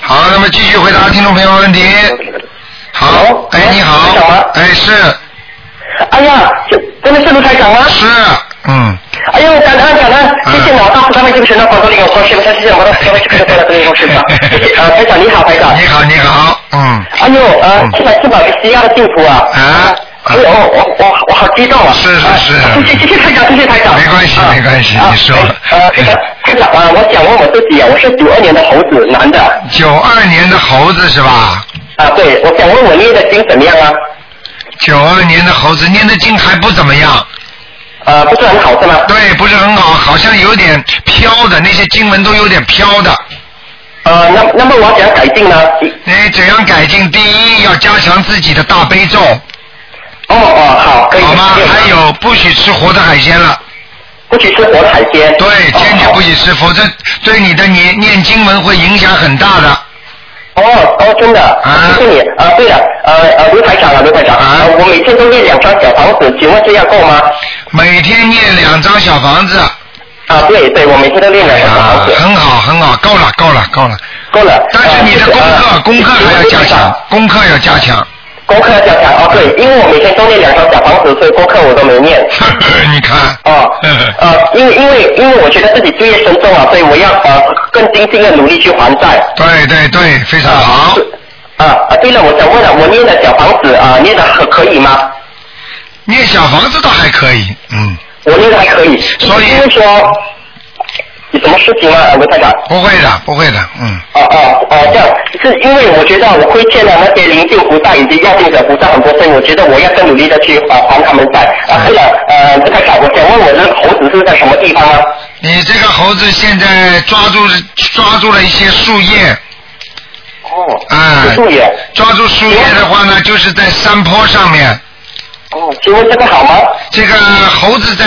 A: 好，那么继续回答听众朋友问题。好
C: 好，
A: 哎，你
C: 台长
A: 好
C: 啊，
A: 哎，是
C: 哎呀，这真的是卢台长
G: 啊
C: 吗？
A: 是，嗯，
C: 哎呦，感恩感恩，谢谢老大，他们就是那广东那个博士，他是我的各位就是在那个博士长。啊，台长你好，台长。
A: 嗯你好，你好，嗯，
C: 哎呦，呃，这把这把西亚的幸福啊！
A: 啊
C: 哎呦，我我我我好激动啊！
A: 是是是
C: 啊谢谢谢谢台长，谢谢台长。
A: 没关系
C: 啊
A: 没关系
C: 啊
A: 你说
C: 呃，这个台长啊，我想问我自己啊，我是九二年的猴子，男的。
A: 九二年的猴子是吧？
C: 啊，对，我想问我念的经怎么样啊？
A: 九二年的猴子念的经还不怎么样，
C: 呃，不是很好是吗？
A: (laughs) 对，不是很好，好像有点飘的，那些经文都有点飘的。
C: 呃，那那么我要怎样改进呢？
A: 你哎怎样改进？第一，要加强自己的大悲咒，
C: 哦哦，好，可以。
A: 好吗
C: 可以？
A: 还有，不许吃活的海鲜了。
C: 不许吃活的海鲜。
A: 对，坚决不
C: 许。
A: 许吃，否则对你的念念经文会影响很大的。
C: 哦哦，真的，
A: 啊
C: 谢谢你。啊，对了，呃呃，刘台长啊，刘台长，
A: 啊
C: 呃我每天都念两张小房子，请问这样够吗？
A: 每天念两张小房子，
C: 啊，对对，我每天都练了
A: 啊
C: 房子，，
A: 很好很好，够了够了够了。
C: 够了。
A: 但是你的功
C: 呃
A: 课功课还要加强，
C: 哎
A: 功课要加强。
C: 功课要加强哦，对，因为我每天都练两张小房子，所以功课我都没念。
A: (laughs) 你看，
C: 哦，呃，因为因为因为我觉得自己罪业深重啊，所以我要呃更精进的努力去还债。
A: 对对对，非常好。
C: 啊啊，对了，我想问了，我念的小房子啊、念的可可以吗？
A: 念小房子倒还可以，嗯，
C: 我念的还可以，
A: 所以
C: 因为说有什么事情吗，呃吴台长？
A: 不会的不会的，嗯，
C: 哦哦哦，这样是因为我觉得我亏欠了那些灵性菩萨以及药定者菩萨很多，所以我觉得我要更努力的去还还他们债。啊，对了，呃，这个长，我想问我这个猴子是在什么地方啊？
A: 你这个猴子现在抓住抓住了一些树叶，
C: 哦，
A: 啊
C: 是，树叶。
A: 抓住树叶的话呢，就是在山坡上面。
C: 哦，请问这个好吗？
A: 这个猴子在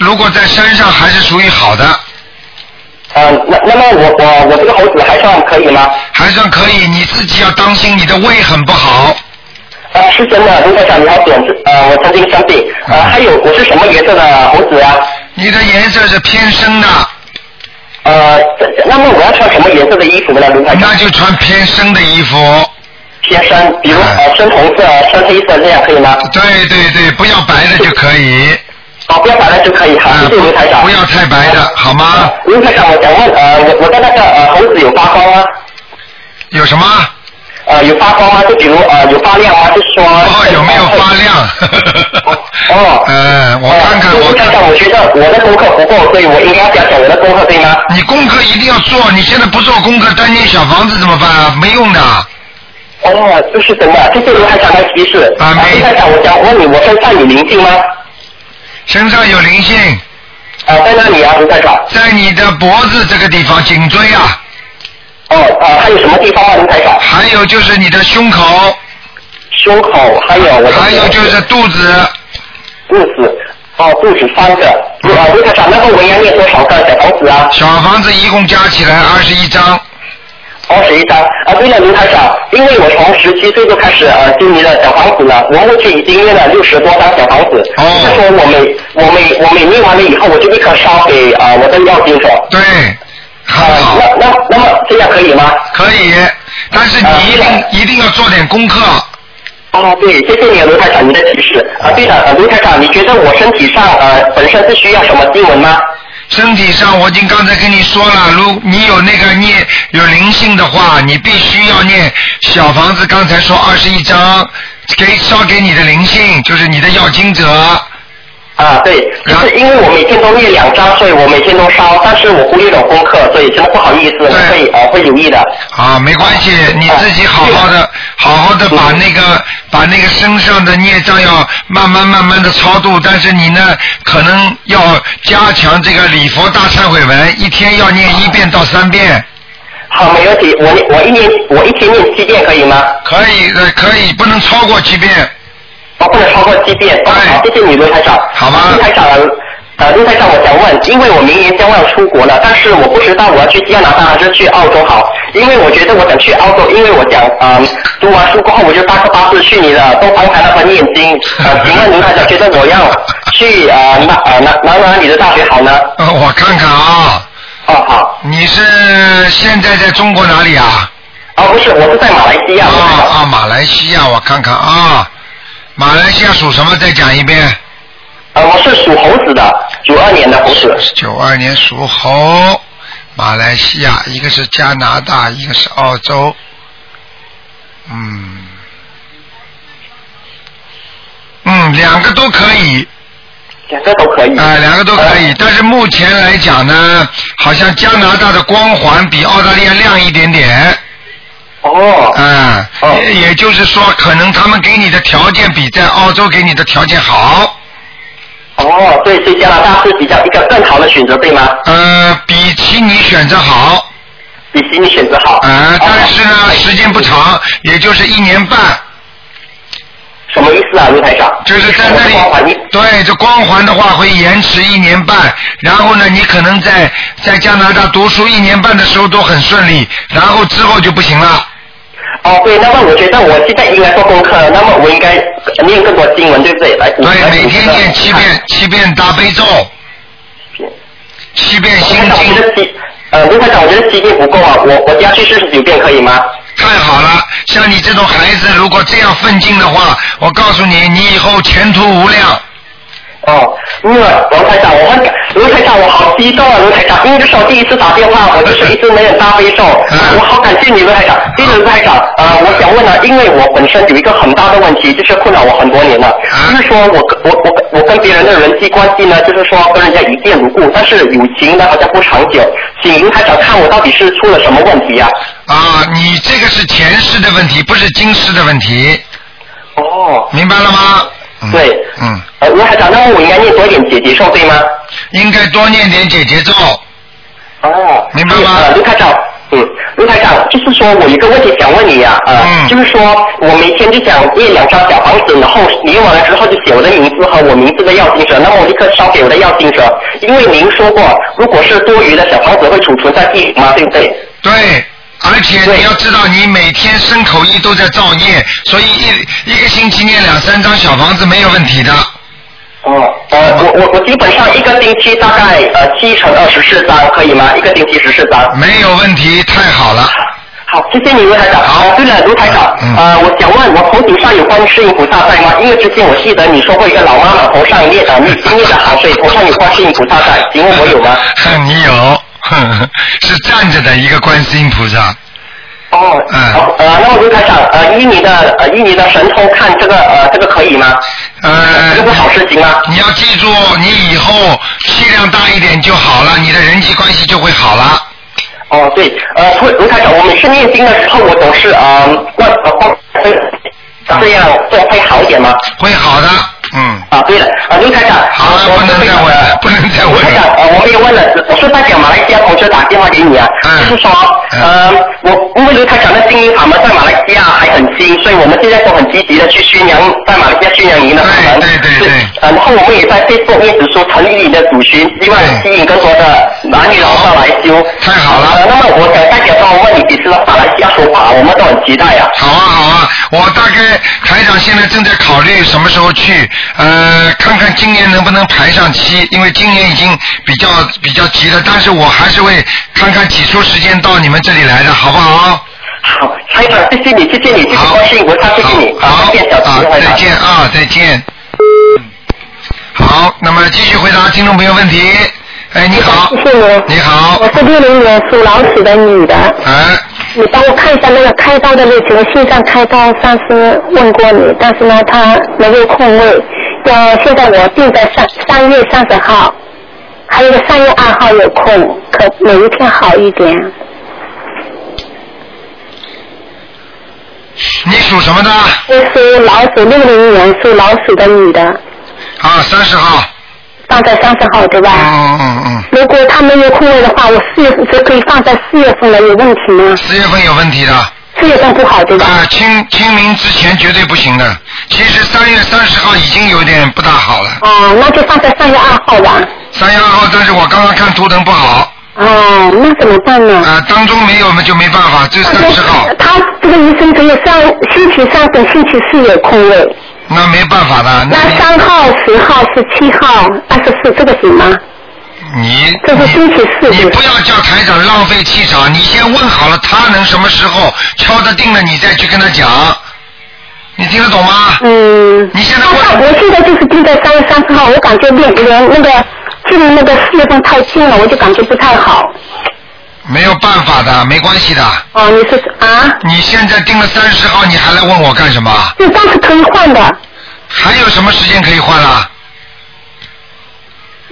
A: 如果在山上还是属于好的，
C: 呃，那那么我我我这个猴子还算可以吗？
A: 还算可以。你自己要当心，你的胃很不好。
C: 啊，是真的，卢台长你好准，是呃，我曾经生病，呃，还有我是什么颜色的猴子啊？
A: 你的颜色是偏深的，
C: 呃，这这那么我要穿什么颜色的衣服呢，卢台长
A: 那？就穿偏深的衣服。
C: 贴身，比如
A: 哎
C: 呃深红色、深黑色这样可以吗？
A: 对对对，不要白的就可以，
C: 好，哦不要白了就可以，好，
A: 啊、
C: 谢谢卢台长。
A: 不要太白的，好吗？
C: 卢台长，我想问，呃，我我的那个呃猴子有发光吗？
A: 有什么？
C: 呃，有发光吗？就比如呃有发亮吗？就说
A: 哦，有没有发？亮？ (laughs)
C: 哦
A: 嗯，我看看，
C: 呃
A: 我
C: 卢台
A: 看看。
C: 长，我觉得我的功课不够，所以我应该加强我的功课，对吗？
A: 你功课一定要做，你现在不做功课，单念小房子怎么办啊？没用的。
C: 哦，这是真的，这是卢呃台长的提示。
A: 啊没
C: 卢台长，我想问你，我身上有灵性吗？
A: 身上有灵性，
C: 呃，在哪里啊，卢台长？
A: 在你的脖子这个地方，颈椎啊，
C: 哦，呃，还有什么地方吗，卢台长？
A: 还有就是你的胸口，
C: 胸口，还有我的
A: 还有就是肚子，
C: 肚子，哦，肚子三个。
A: 嗯
C: 啊，卢台长，那个我要念多少个小房子啊？
A: 小房子一共加起来二十一张，
C: 二十一张。啊，对了，卢台长，因为我从十七岁就开始呃经营了小房子了，我目前已经念了六十多张小房子。
A: 哦
C: 就是说我每我每我每念完了以后，我就立刻烧给啊、呃我的药精者。
A: 对，
C: 啊
A: 很好，
C: 那那那么这样可以吗？
A: 可以。但是你一
C: 啊
A: 定一定要做点功课，
C: 哦，对，谢谢你卢台长您的提示。啊，对了，呃卢台长，你觉得我身体上呃本身是需要什么经文吗？
A: 身体上，我已经刚才跟你说了，如你有那个念有灵性的话，你必须要念小房子。刚才说二十一章，给烧给你的灵性，就是你的要经者。
C: 啊，对，就是因为我每天都念两张，所以我每天都烧，但是我忽略了功课，所以真的不好意思，我会呃会留意的。
A: 啊，没关系，你自己好好的，好好的把那个把那个身上的孽障要慢慢慢慢的超度，但是你呢，可能要加强这个礼佛大忏悔文，一天要念一遍到三遍，
C: 好，没问题，我念我一念我一天念七遍可以吗？
A: 可以的，可以，不能超过七遍。
C: 我啊不能超过七遍。
A: 哎
C: 好，谢谢你，卢台长。
A: 好吧
C: 卢台长，呃，陆台长，我想问，因为我明年将要出国了，但是我不知道我要去加拿大还是去澳洲好，因为我觉得我想去澳洲，因为我想，嗯、读完书过后我就搭个巴士去你的东方台那边念经。呃，请问卢台长觉得我要去呃哪呃哪哪哪里的大学好呢？
A: 呃，我看看啊，
C: 哦，好，
A: 你是现在在中国哪里啊？
C: 哦，不是，我是在马来西亚。
A: 啊
C: 卢台长
A: 啊，马来西亚，我看看啊，马来西亚属什么？再讲一遍。
C: 呃，我是属猴子的，九二年的猴子。
A: 九二年属猴，马来西亚，一个是加拿大，一个是澳洲。嗯，嗯，两个都可以，
C: 两个都可以。
A: 啊、两个都可以。但是目前来讲呢，好像加拿大的光环比澳大利亚亮一点点。
C: 哦。
A: 啊、
C: 哦
A: 也也就是说，可能他们给你的条件比在澳洲给你的条件好，
C: 哦，对，所以加拿大是比较一个更好的选择，对吗？
A: 呃，比悉尼选择好，
C: 比悉尼选择好。
A: 啊、但是呢，
C: 哦
A: 时间不。长，也就是一年半，
C: 什么意思啊，卢台长？
A: 就是在那
C: 我的光环一
A: 里，对，这光环的话会延迟一年半，然后呢，你可能在在加拿大读书一年半的时候都很顺利，然后之后就不行了，
C: 哦，对，那么我觉得我现在应该做功课，那么我应该念更多经文，对不对？来，
A: 对
C: 来，
A: 每天念七。
C: 来
A: 遍七遍大悲咒，七遍
C: 卢
A: 心
C: 台长，我觉
A: 经。
C: 得七，呃，卢台长，我觉得七遍不够啊，我我加去四十九遍可以吗？
A: 太好了，像你这种孩子，如果这样奋进的话，我告诉你，你以后前途无量。
C: 哦，因为卢台长，我很感，卢台长，我好激动啊，卢台长，因为这是我第一次打电话，我就是一直没有搭飞咒，我好感谢你，卢台长。第一卢台长，呃，我想问呢，因为我本身有一个很大的问题，就是困扰我很多年了，就是说我跟我我我跟别人的人际关系呢，就是说跟人家一见如故，但是友情呢好像不长久，请卢台长看我到底是出了什么问题呀、
A: 啊，你这个是前世的问题，不是今世的问题，
C: 哦，
A: 明白了吗？嗯、
C: 对
A: 嗯，
C: 呃，卢台长，那么我应该念多一点姐姐咒对吗？
A: 应该多念点姐姐咒。
C: 哦，
A: 明白吗
C: 呃，卢台长，嗯，卢台长，就是说我有一个问题想问你呀、啊，呃，
A: 嗯
C: 就是说我每天就想念两张小房子，然后念完了之后就写我的名字和我名字的要经者，那么我立刻烧给我的要经者，因为您说过，如果是多余的小房子会储存在地府嘛，对不对？
A: 对，而且
C: 对
A: 你要知道，你每天身口意都在造孽，所以一一个星期念两三张小房子没有问题的。
C: 哦，呃，我我我基本上一个星期大概呃七乘二十四张，可以吗？一个星期十四张。
A: 没有问题，太好了。
C: 好，谢谢你卢台长。
A: 好
C: 呃对了，卢台长，
A: 嗯
C: 呃，我想问，我头顶上有观世音菩萨在吗？因为之前我记得你说过一个老妈妈头上裂的裂裂的汗水，头上有观世音菩萨在，请问我有吗？
A: 哼 (laughs) 你有， (laughs) 哼是站着的一个观世音菩萨。
C: 哦，
A: 嗯
C: 好，呃，那么卢台长，呃，依你的呃依你的神通看这个呃这个可以吗？
A: 呃
C: 这个是好事情吗？
A: 你要记住，你以后气量大一点就好了，你的人际关系就会好了。
C: 哦，对，呃，卢卢台长，我每次念经的时候，我总是呃乱呃光这样这样会好一点吗？
A: 会好的，嗯。
C: 啊，对了，啊，刘台长，
A: 好了
C: 我
A: 不能再问了不能再问了
C: 刘台长，呃，我也问了，我是代表马来西亚同学打电话给你啊，
A: 嗯
C: 就是说，呃，我因为卢台长的精英法门在马来西亚还很新，所以我们现在都很积极的去宣扬在马来西亚宣扬您的法门。
A: 对对对对
C: 是呃然后我们也在 Facebook 一直说成立你的组群，希望吸引更多的男女老少来修。
A: 太好了
C: 呃那么我想代表说问你几次到马来西亚说法，我们都很期待啊。
A: 好啊，好啊，我大概台长现在正在考虑什么时候去，呃，看看今年能不能排上期，因为今年已经比较比较急了，但是我还是会看看挤出时间到你们这里来的，好不好？
C: 好，台长，谢谢你，谢谢你，谢谢
A: 好，
C: 关心我，他谢谢你，
A: 好，
C: 再见，小
A: 啊
C: 陈，台长
A: 再见啊，再见。嗯好，那么继续回答听众朋友问题。哎，你好，
B: 谢谢您。
A: 你好
B: 我，是六零年属老鼠的女的，
A: 哎，
B: 你帮我看一下那个开刀的日期。我线上开刀，上次问过你，但是呢，他没有空位。要现在我定在三三月三十号，还有个三月二号有空，可哪一天好一点？
A: 你属什么的？
B: 我是老鼠，六零年属老鼠的女的，
A: 啊，三十号。
B: 放在三十号对吧？
A: 嗯嗯嗯。
B: 如果他没有空位的话，我四月份就可以放在四月份了，有问题吗？
A: 四月份有问题的，啊、
B: 四月份不好对吧？
A: 清清明之前绝对不行的。其实三月三十号已经有点不大好了，
B: 哦，那就放在三月二号吧。
A: 三月二号，但是我刚刚看图腾不好，
B: 哦，那怎么办呢？
A: 呃，当中没有嘛就没办法，就三十号，
B: 他这个医生只有上星期三跟星期四有空位，
A: 那没办法的，
B: 那
A: 那
B: 三号、十号、十七号、二十四，这个行吗？
A: 你
B: 这是星期四
A: 你你
B: 对
A: 不要叫台长浪费气场，你先问好了他能什么时候敲得定了，你再去跟他讲，你听得懂吗？
B: 嗯。
A: 你现在
B: 那
A: 问
B: 我现在就是定在三月三十号，我感觉脸脸那个近那个四月份太近了，我就感觉不太好。
A: 没有办法的，没关系的。
B: 哦，你是啊？
A: 你现在定了三十号，你还来问我干什么？
B: 就当时可以换的，
A: 还有什么时间可以换啊啦？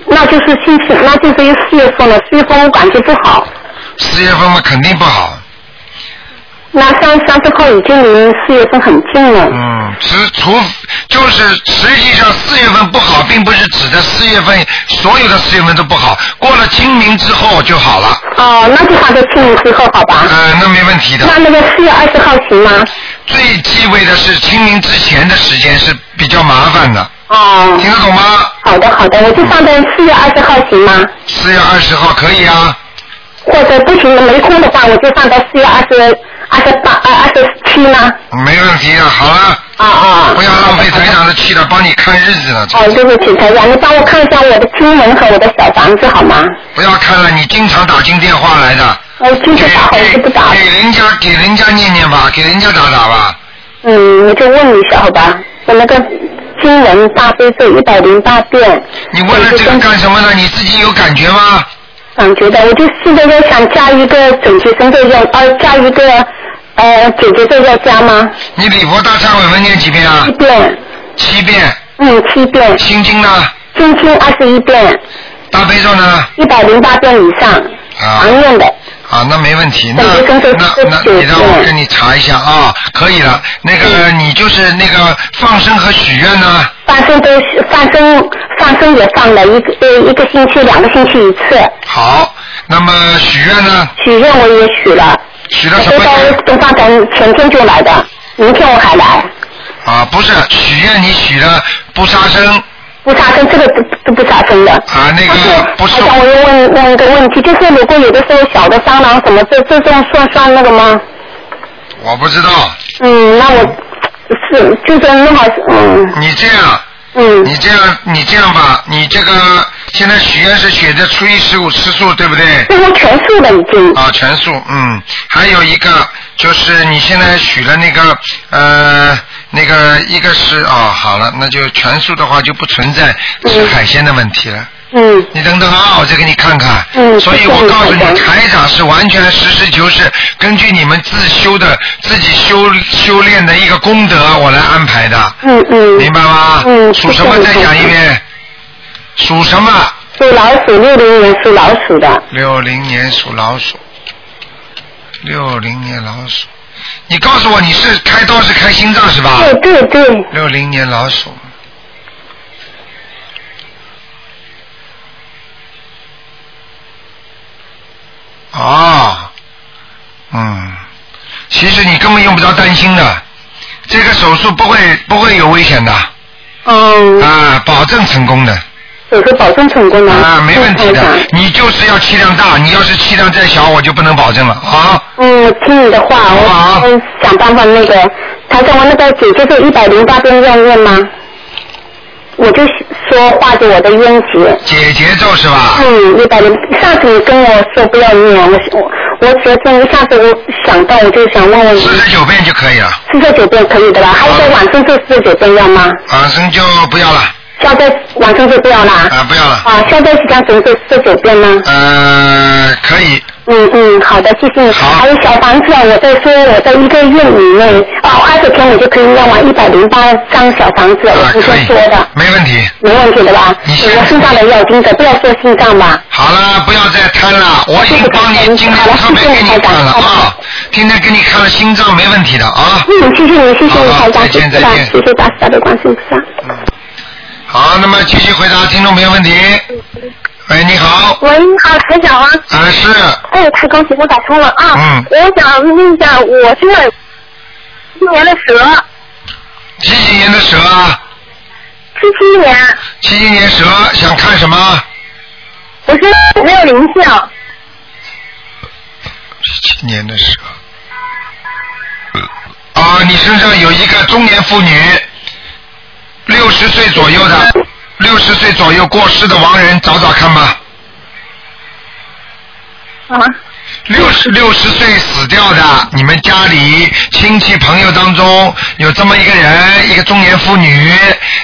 B: 那就是星期，那就是四月份了。四月份我感觉不好，
A: 四月份嘛肯定不好，
B: 那三三十号已经离四月份很近了。
A: 嗯，只除就是实际上四月份不好，并不是指的四月份所有的四月份都不好，过了清明之后就好了，
B: 哦，那就放在清明之后，好吧？
A: 呃，那没问题的。
B: 啊那那个四月二十号行吗？
A: 最忌讳的是清明之前的时间是比较麻烦的，
B: 哦，
A: 听得懂吗？
B: 好的好的，我就放在四月二十号行吗？
A: 四月二十号可以啊，
B: 或者不行的没空的话，我就放在四月二十二十八呃二十七呢？
A: 没问题啊。好了，
B: 啊啊。
A: 不要浪费台长的气了，帮你看日子呢。这
B: 哦，对不起，台长，你帮我看一下我的经文和我的小房子好吗？
A: 不要看了，你经常打进电话来的，
B: 我今
A: 给
B: 天打好，我就不打了
A: 给。给人家给人家念念吧，给人家打打吧。
B: 嗯，我就问一下好吧，我那个经文大悲咒一百零八遍，
A: 你问了这个干什么呢？你自己有感觉吗？
B: 感觉的，我就现在在想加一个准提神咒要，呃，加一个呃姐姐咒要加吗？
A: 你礼佛大忏悔文念几遍啊
B: 一？遍，
A: 七遍。
B: 嗯，七遍，
A: 心经呢？
B: 心经二十一遍，
A: 大悲咒呢？
B: 一百零八遍以上，
A: 啊
B: 常用的。
A: 啊，那没问题。那
B: 感觉跟这
A: 那那，
B: 这
A: 你让我
B: 对
A: 跟你查一下啊，可以了。那个
B: 嗯
A: 你就是那个放生和许愿呢？
B: 放生都是放生，放生也放了一个呃一个星期、两个星期一次，
A: 好，那么许愿呢？
B: 许愿我也许了，
A: 许了什
B: 都
A: 么
B: 在
A: 愿？
B: 东方城前天就来的，明天我还来。
A: 啊，不是许愿，你许了不杀生
B: 不杀生，这个不不不杀生的。
A: 啊，那个不
B: 还
A: 是
B: 想我又问问一个问题，就是如果有的时候小的蟑螂什么，这这种算算那个吗？
A: 我不知道。
B: 嗯，那我是就是那还是嗯
A: 你这样，
B: 嗯
A: 你这样，你这样吧，你这个现在许愿是写的初一十五吃素，对不对？
B: 这个全素的已经。
A: 啊，全素，嗯，还有一个就是你现在许了那个呃那个一个是哦，好了，那就全素的话就不存在吃海鲜的问题了。
B: 嗯
A: 你等等啊，我再给你看看。
B: 嗯
A: 所以我告诉你
B: 谢谢，你
A: 台长是完全实事求是，根据你们自修的、自己修修炼的一个功德，我来安排的。
B: 嗯嗯，
A: 明白吗？
B: 嗯
A: 属什么？
B: 谢谢
A: 再
B: 你
A: 讲一遍。属什么？
B: 属老鼠，六零年属老鼠的。
A: 六零年属老鼠。六零年老鼠，你告诉我你是开刀是开心脏是吧？
B: 对对对，
A: 六零年老鼠。啊，嗯，其实你根本用不着担心的，这个手术不会不会有危险的
B: 哦，
A: 啊，保证成功的
B: 手术保证成功了。
A: 啊，没问题
B: 谢谢台
A: 的
B: 长。
A: 你就是要气量大，你要是气量再小，我就不能保证了啊。
B: 嗯，听你的话，
A: 好啊
B: 我我想办法那个。台长，我那个姐就是一百零八遍要念吗？我就说化解我的冤结。
A: 解节奏是吧？
B: 嗯，一百零，上次你跟我说不要念，我我我觉得一下子我想到我就想问问你，
A: 四十九遍就可以了，
B: 四十九遍可以的吧？还有在晚上是四十九遍要吗？
A: 啊，生就不要了，
B: 现在晚上就不要啦。
A: 啊，不要了，
B: 啊，现在几张准是四十九遍吗？
A: 呃，可以，
B: 嗯嗯，好的，谢谢你。
A: 好
B: 还有小房子啊，我在说我在一个月里内，哦，二十天我就可以念完一百零八张小房子，
A: 啊
B: 我，之
A: 可
B: 前
A: 以
B: 说的，，
A: 没问题。
B: 没问题的吧？
A: 你先
B: 我心脏的要经者，不要说心脏吧。
A: 好了，不要再贪了，我已经帮你今天特别给你看了啊，今天给你看了心脏没问题的啊。
B: 嗯，谢谢你，谢谢你，
A: 好好
B: 台长，
A: 再
B: 谢
A: 见
B: 谢
A: 再
B: 大
A: 见
B: 谢谢大慈大的关心，菩萨。
A: 好，那么继续回答听众朋友问题。喂，你好，
I: 喂，你好，台长吗？
A: 啊是，
I: 哎，太高兴，我打通了啊！
A: 嗯
I: 我想问一下，我是今年的蛇，
A: 几几年的蛇啊？
I: 七七年，
A: 七一年蛇想看什么？
I: 我是没有灵性，
A: 七七年的蛇。啊，你身上有一个中年妇女，六十岁左右的，六十岁左右过世的亡人，找找看吧。
I: 啊，
A: 六十六十岁死掉的，你们家里亲戚朋友当中有这么一个人，一个中年妇女，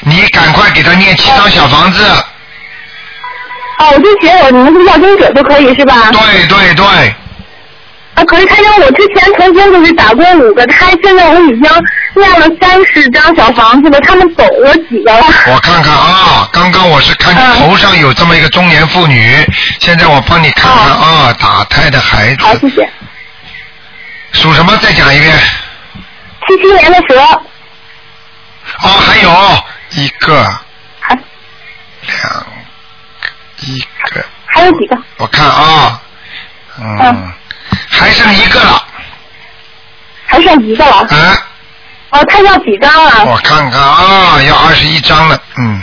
A: 你赶快给她念七张小房子。
I: 啊哦，我就写我你们是要经者就可以是吧？
A: 对对对，
I: 啊，可是台长，我之前曾经就是打过五个胎，现在我已经念了三十张小房子了，他们走我几个了？
A: 我看看啊，刚刚我是
I: 嗯
A: 看你头上有这么一个中年妇女，现在我帮你看看啊，打胎的孩
I: 哦好，
A: 子
I: 谢谢。
A: 属什么？再讲一遍。
I: 七七年的蛇，
A: 哦，还有一个，
I: 还
A: 两个，一个，
I: 还有几个？
A: 我看啊，嗯
I: 嗯，
A: 还剩一个了，
I: 还剩一个了。
A: 啊。
I: 哦，他要几张啊？
A: 我看看啊，要二十一张了，嗯，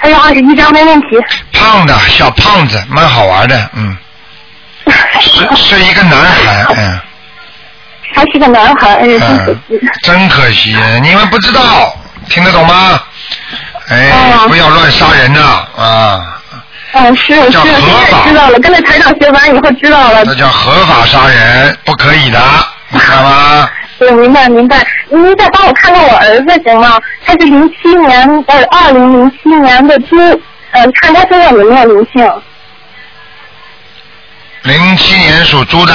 I: 他要二十一张，没问题。
A: 胖的小胖子，蛮好玩的，嗯，是是一个男孩，嗯，
I: (laughs) 还是个男孩，哎呀，真可
A: 嗯
I: 惜。，
A: 真可惜，你们不知道，听得懂吗？哎，
I: 哦
A: 不要乱杀人呐，啊，
I: 嗯，是是，
A: 叫嗯
I: 现
A: 合法
I: 在知道了，跟着台长学完以后知道了
A: 那。叫合法杀人，不可以的，你看吧，
I: 对，明白明白。您再帮我看看我儿子行吗？他是零七年，呃，二零零七年的猪，嗯，看他身上有没有灵性。
A: 零七年属猪的，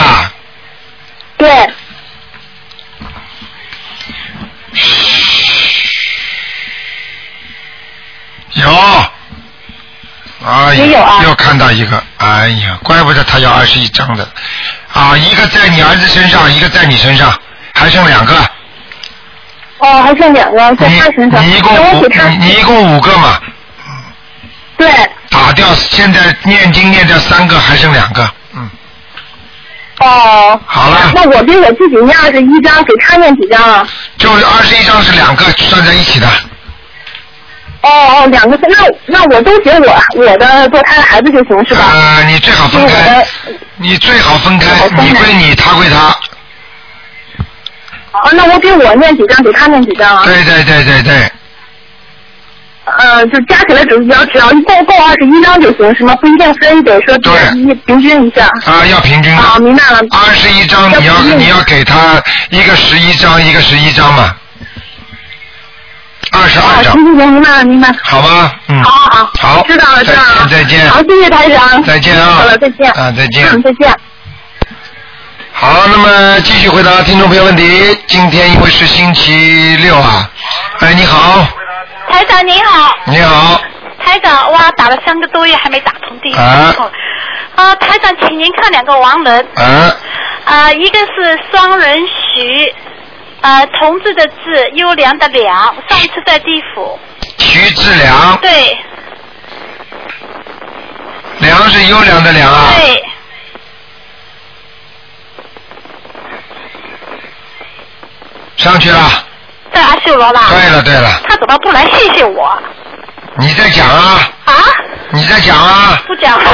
I: 对，
A: 有，哎呀，
I: 也有啊
A: 又看到一个，哎呀，怪不得他要二十一张的，啊，一个在你儿子身上，一个在你身上，还剩两个，
I: 哦，还剩两个在
A: 你
I: 他身上。
A: 你
I: 那
A: 一共
I: 我
A: 五
I: 给他
A: 你你一共五个嘛，
I: 对，
A: 打掉现在念经念掉三个，还剩两个，嗯，
I: 哦。
A: 好了
I: 那我给我自己念二十一张，给他念几张啊？
A: 就是二十一张是两个算在一起的，
I: 哦哦，两个是那那我都写我我的堕胎的孩子就行是吧？
A: 呃，你最好
I: 因
A: 分
I: 为我
A: 开
I: 的，
A: 你最好分开
I: 我，分开
A: 你归你，他归他，
I: 哦，那我给我念几张，给他念几张啊？
A: 对对对对对，
I: 呃，就加起来只要只要够够二十一张就行，是吗？不一定非得说
A: 对
I: 一平均一下。
A: 啊，要平均的。
I: 啊，明白了。
A: 二十一张，你要
I: 要不
A: 你要给他一个十一张，一个十一张嘛，二十
I: 啊，行
A: 二张，
I: 行行，明白了，明白了。
A: 好吧？嗯，
I: 好好好，
A: 好
I: 知道了，知
A: 再
I: 道了。
A: 见再见
I: 好，谢谢台长。
A: 再见啊
I: 好了，再见。
A: 啊再见
I: 嗯，再见。
A: 好，那么继续回答听众朋友问题。今天因为是星期六啊，哎，你好，
J: 台长您好，
A: 你好，
J: 台长，哇，打了三个多月还没打通电话。
A: 啊
J: 啊，台长，请您看两个亡人，
A: 啊，
J: 啊、一个是双人徐，呃，同志的志，优良的良，上一次在地府，
A: 徐志良，
J: 对、
A: 良是优良的良啊，
J: 对，
A: 上去了。
J: 在阿修罗吧？
A: 对了对了，
J: 他怎么不来谢谢我？
A: 你在讲啊，
J: 啊？
A: 你在讲啊，
J: 不讲了。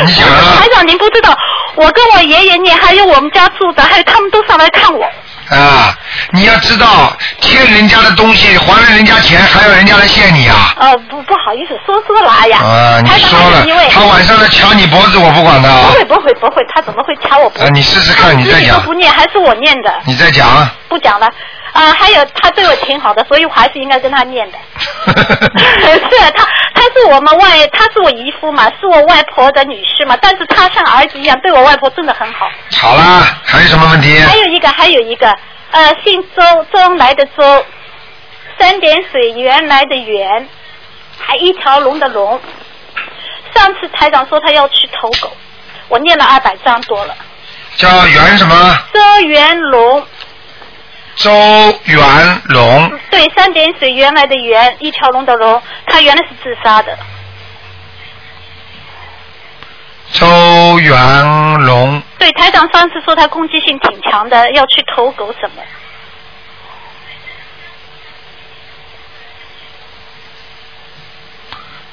A: (laughs) 你讲
J: (laughs)
A: 啊
J: 台长，您不知道，我跟我爷爷念，还有我们家住的，还有他们都上来看我。
A: 啊！你要知道，欠人家的东西还了人家钱，还要人家来谢你啊！
J: 呃，不不好意思，说错了，哎呀。
A: 啊，你
J: 台长
A: 说
J: 还
A: 了
J: 有一位，哎
A: 他晚上来掐你脖子，我不管他啊
J: 不！会不会不会，他怎么会掐我脖
A: 啊，
J: 子？
A: 你试试看，你
J: 自
A: 再
J: 己都
A: 讲，
J: 不念，还是我念的，
A: 你再讲，
J: (laughs) 不讲了。啊、还有他对我挺好的，所以我还是应该跟他念
A: (laughs)
J: 的。 (laughs) 是啊他，他是我们外，他是我姨夫嘛，是我外婆的女婿嘛，但是他像儿子一样对我外婆真的很好。
A: 好啦，还有什么问题？
J: 还有一个，还有一个，呃，姓周，周恩来的周，三点水原来的原，还一条龙的龙。上次台长说他要去投狗，我念了二百章多了。
A: 叫袁什么？
J: 周元龙，
A: 周元龙，
J: 对，三点水原来的原，一条龙的龙，他原来是自杀的。
A: 周元龙，
J: 对，台长上次说他攻击性挺强的，要去投狗什么？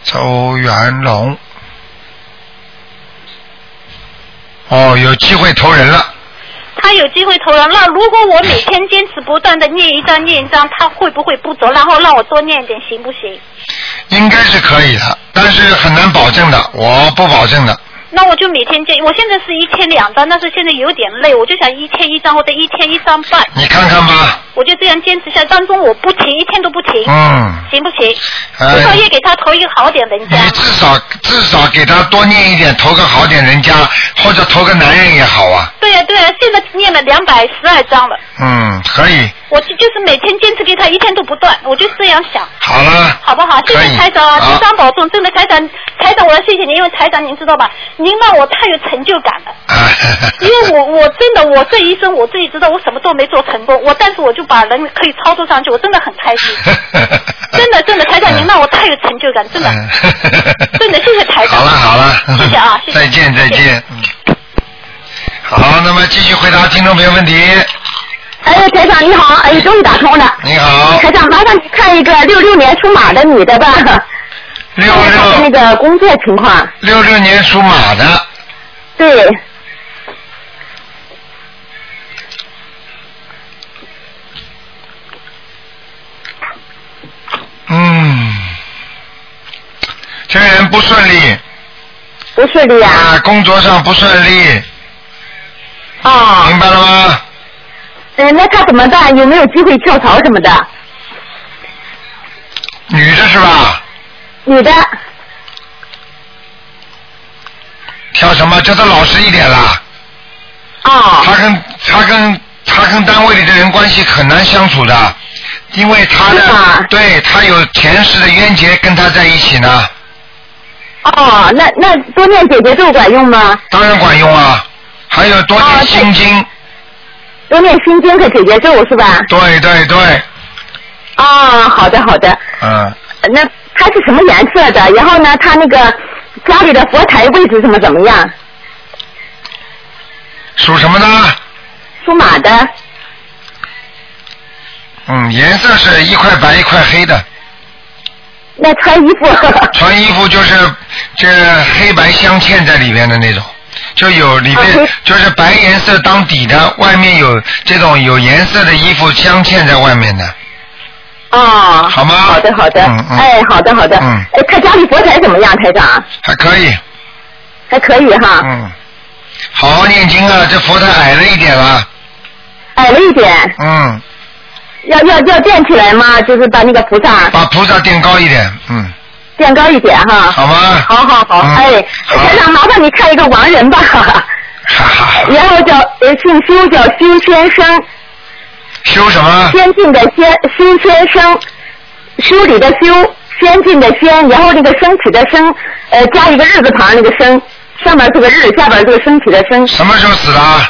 A: 周元龙。哦，有机会投人了。
J: 他有机会投人，那如果我每天坚持不断的念一张念一张，他会不会不走？然后让我多念一点，行不行？
A: 应该是可以的，但是很难保证的，我不保证的。
J: 那我就每天见，我现在是一天两张，但是现在有点累，我就想一天一张或者一天一张半，
A: 你看看吧，
J: 我就这样坚持下来，当中我不停，一天都不停，
A: 嗯，
J: 行不行？至少
A: 呃，
J: 也给他投一个好点人家，
A: 你至少至少给他多念一点，投个好点人家，或者投个男人也好啊，
J: 对呀、对呀、现在念了两百十二张了，
A: 嗯，可以，
J: 我就就是每天坚持给他，一天都不断，我就这样想。
A: 好了， (laughs)
J: 好不好？谢
A: 可以
J: 谢台长，
A: 好
J: 台长保重。真的，台长，台长，我要谢谢您，因为台长您知道吧，您让我太有成就感了。
A: 啊，
J: 因为我我真的我这一生我自己知道我什么都没做成功，我但是我就把人可以操作上去，我真的很开
A: (laughs)
J: 心。真的真的，台长您让我太有成就感，真的。
A: 嗯
J: (laughs) 真的谢谢台长
A: 好了好了，
J: 谢谢
A: (laughs)
J: 啊谢谢
A: 再见再
J: 谢谢
A: 见，嗯。好，那么继续回答听众朋友问题。
B: 哎，台长你好，哎，终于打通了。
A: 你好，
B: 台长，麻烦你看一个六六年属马的女的吧，
A: 六
B: 看看她
A: 六
B: 的那个工作情况。
A: 六六年属马的，
B: 对，
A: 嗯，这个人不顺利
B: 不顺利啊。
A: 啊，工作上不顺利，
B: 啊、
A: 明白了吗？
B: 嗯、那她怎么办？有没有机会跳槽什么的？
A: 女的是吧？
B: 女的，
I: 啊
A: 跳什么？叫他老实一点啦。
B: 啊、
A: 他跟他跟他跟单位里的人关系很难相处的，因为他
B: 是
A: 的
B: 吗
A: 对他有前世的冤结跟他在一起呢，
B: 哦，那那多念姐姐咒管用吗？
A: 当然管用啊。还有多
B: 啊
A: 念
B: 对
A: 心经，
B: 多念心经和姐姐咒是吧？
A: 对对对，
B: 啊、好的好的。
A: 嗯，
B: 那它是什么颜色的？然后呢，它那个家里的佛台位置怎么怎么样？
A: 属什么呢？
B: 属马的，
A: 嗯，颜色是一块白一块黑的，
B: 那穿衣
A: (laughs)
B: 服
A: 穿衣服就是这黑白相嵌在里面的那种，就有里面
B: 啊
A: 就是白颜色当底的，外面有这种有颜色的衣服镶嵌在外面的，
B: 哦，
A: 好吗
B: 好的好的，
A: 嗯嗯
B: 哎，好的好的，
A: 嗯
B: 哎，他家里佛台怎么样，台长？
A: 还可以。
B: 还可以哈，
A: 嗯，好好念经啊，这佛台矮了一点了。
B: 矮哎了一点，
A: 嗯，
B: 要要要垫起来吗？就是把那个菩萨
A: 把菩萨垫高一点。嗯，
B: 垫高一点哈。
A: 好吗？
B: 好好好，
A: 嗯
B: 哎，
A: 好
B: 台长，麻烦你看一个亡人吧，
A: 哈哈，
B: 然后叫呃姓修叫修先生，
A: 修什么？
B: 先进的先，修先生，修理的修，先进的先，然后那个升起的升，呃，加一个日字旁那个升，上面这个日，下边这个升起的升。
A: 什么时候死的啊？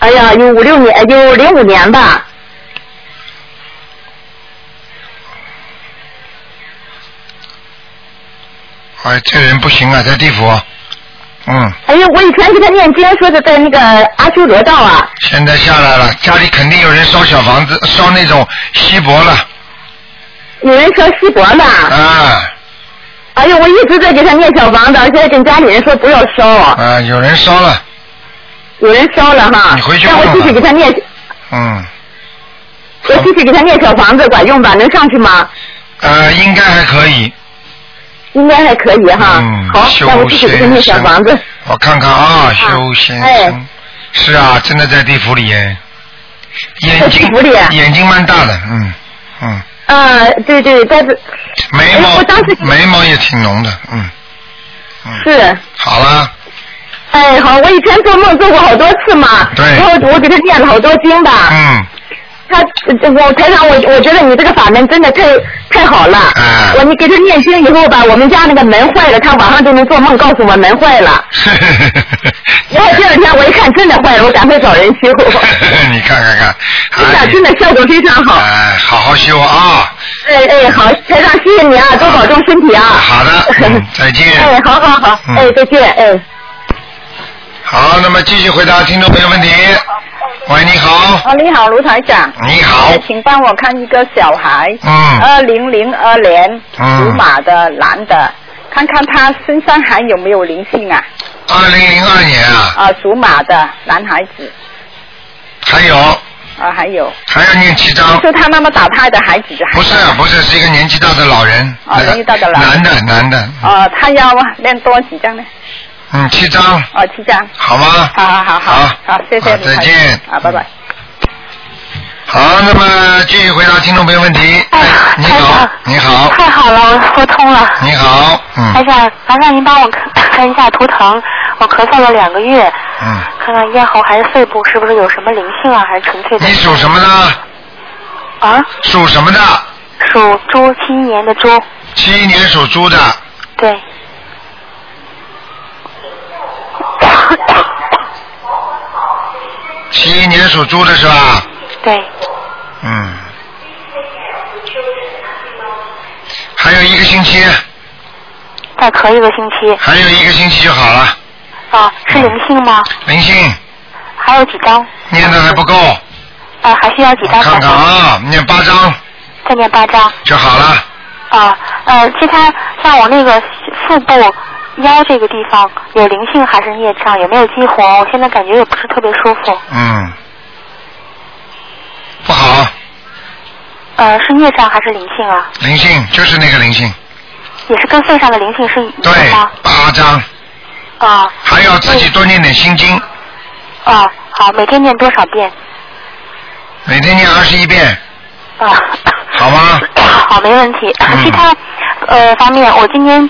B: 哎呀，有五六年，呃有零五年吧。
A: 哎，这人不行啊，在地府。嗯，
B: 哎呀，我以前给他念经说的在那个阿修罗道啊，
A: 现在下来了，家里肯定有人烧小房子，烧那种锡箔了
B: 有人说西伯呢。
A: 啊
B: 哎呦，我一直在给他念小房子，现在跟家里人说不要烧，
A: 啊，有人烧了，
B: 有人烧了哈。
A: 你回去
B: 让
A: 问
B: 我继续
A: 问
B: 给他念，
A: 嗯，
B: 我继续给他念小房子管用吧？能上去吗？
A: 呃，应该还可以，
B: 应该还可以哈。
A: 嗯
B: 好，
A: 修
B: 那我继续给他念小房子。
A: 我看看啊，修仙生
B: 哎，
A: 是啊，真的在地府里耶，
B: 在
A: 眼
B: 地
A: 睛
B: 府里
A: 眼睛蛮大的，嗯嗯，
B: 啊，对对，但是
A: 眉
B: 哎
A: 毛
B: 我当时
A: 眉毛也挺浓的，嗯嗯，
B: 是。
A: 好了，
B: 哎，好，我以前做梦做过好多次嘛，
A: 对
B: 然后我给他念了好多经吧，
A: 嗯， (laughs)
B: 他呃我台长我我觉得你这个法门真的太太好了，
A: 哎
B: 我你给他念经以后吧，我们家那个门坏了，他晚上就能做梦告诉我门坏了，然后第二天我一看真的坏了，我赶快找人
A: (laughs)
B: 修，
A: 你看看看，
B: 真
A: 哎
B: 的真的效果非常好，
A: 哎，好好修啊！
B: 哎哎好，台长谢谢你啊，多保重身体啊，
A: 好
H: (laughs)
A: 的，嗯，再见。
B: 哎好好好，
A: 嗯
B: 哎再见哎。
A: 好，那么继续回答听众朋友问题。喂，你好，
H: 哦，你好，卢台长。
A: 你好
H: 呃，请帮我看一个小孩，
A: 嗯，
H: 二零零二年
A: 嗯
H: 呃属马的男的，看看他身上还有没有灵性啊？
A: 二零零二年啊，
H: 啊、属马的男孩子，
A: 还有
H: 啊、还有，
A: 还要念七章，
H: 是他妈妈打胎的孩子还
A: 不是不是，是一个年纪大的老人，
H: 哦年纪大的老
A: 男
H: 人
A: 的男的，
H: 呃，他要练多几张呢？
A: 嗯，七章，
H: 哦，七张。
A: 好吗？
H: 好好好
A: 好
H: 好，谢谢
A: 好
H: 卢台长。
A: 再见嗯
H: 啊，拜拜。
A: 好，那么继续回答听众朋友问题。哎，你好，你好，
E: 太好了，我说通了。
A: 你好，
E: 台
A: 嗯
E: 长，麻烦您帮我看看一下图腾，我咳嗽了两个月，
A: 嗯，
E: 看看咽喉还是肺部是不是有什么灵性啊，还是纯粹的
A: 你属什么的？
E: 啊？
A: 属什么的？
E: 属猪，七一年的猪，
A: 七一年属猪的，
E: 对。
A: (laughs) 七一年属猪的是吧？
E: 对，
A: 嗯。还有一个星期，
E: 再咳一个星期
A: 还有一个星期就好了。
E: 啊，是灵性吗？
A: 灵性
E: 还有几张？
A: 念的还不够，
E: 啊，还需要几
A: 我
E: 张？
A: 看看啊，念八章
E: 再念八张
A: 就好了。
E: 啊。呃，其他像我那个腹部、腰这个地方有灵性还是孽障？有没有激活？我现在感觉也不是特别舒服。
A: 嗯，不好，
E: 呃，是孽障还是灵性啊？
A: 灵性就是那个灵性，
E: 也是跟肺上的灵性是一
A: 对
E: 样吗？，
A: 八章，
E: 啊
A: 还要自己多念点心经，
E: 啊，好，每天念多少遍？
A: 每天念二十一遍，
E: 啊，
A: 好吗？
E: (coughs) 好，没问题。
A: 嗯
E: 其他呃方面，我今年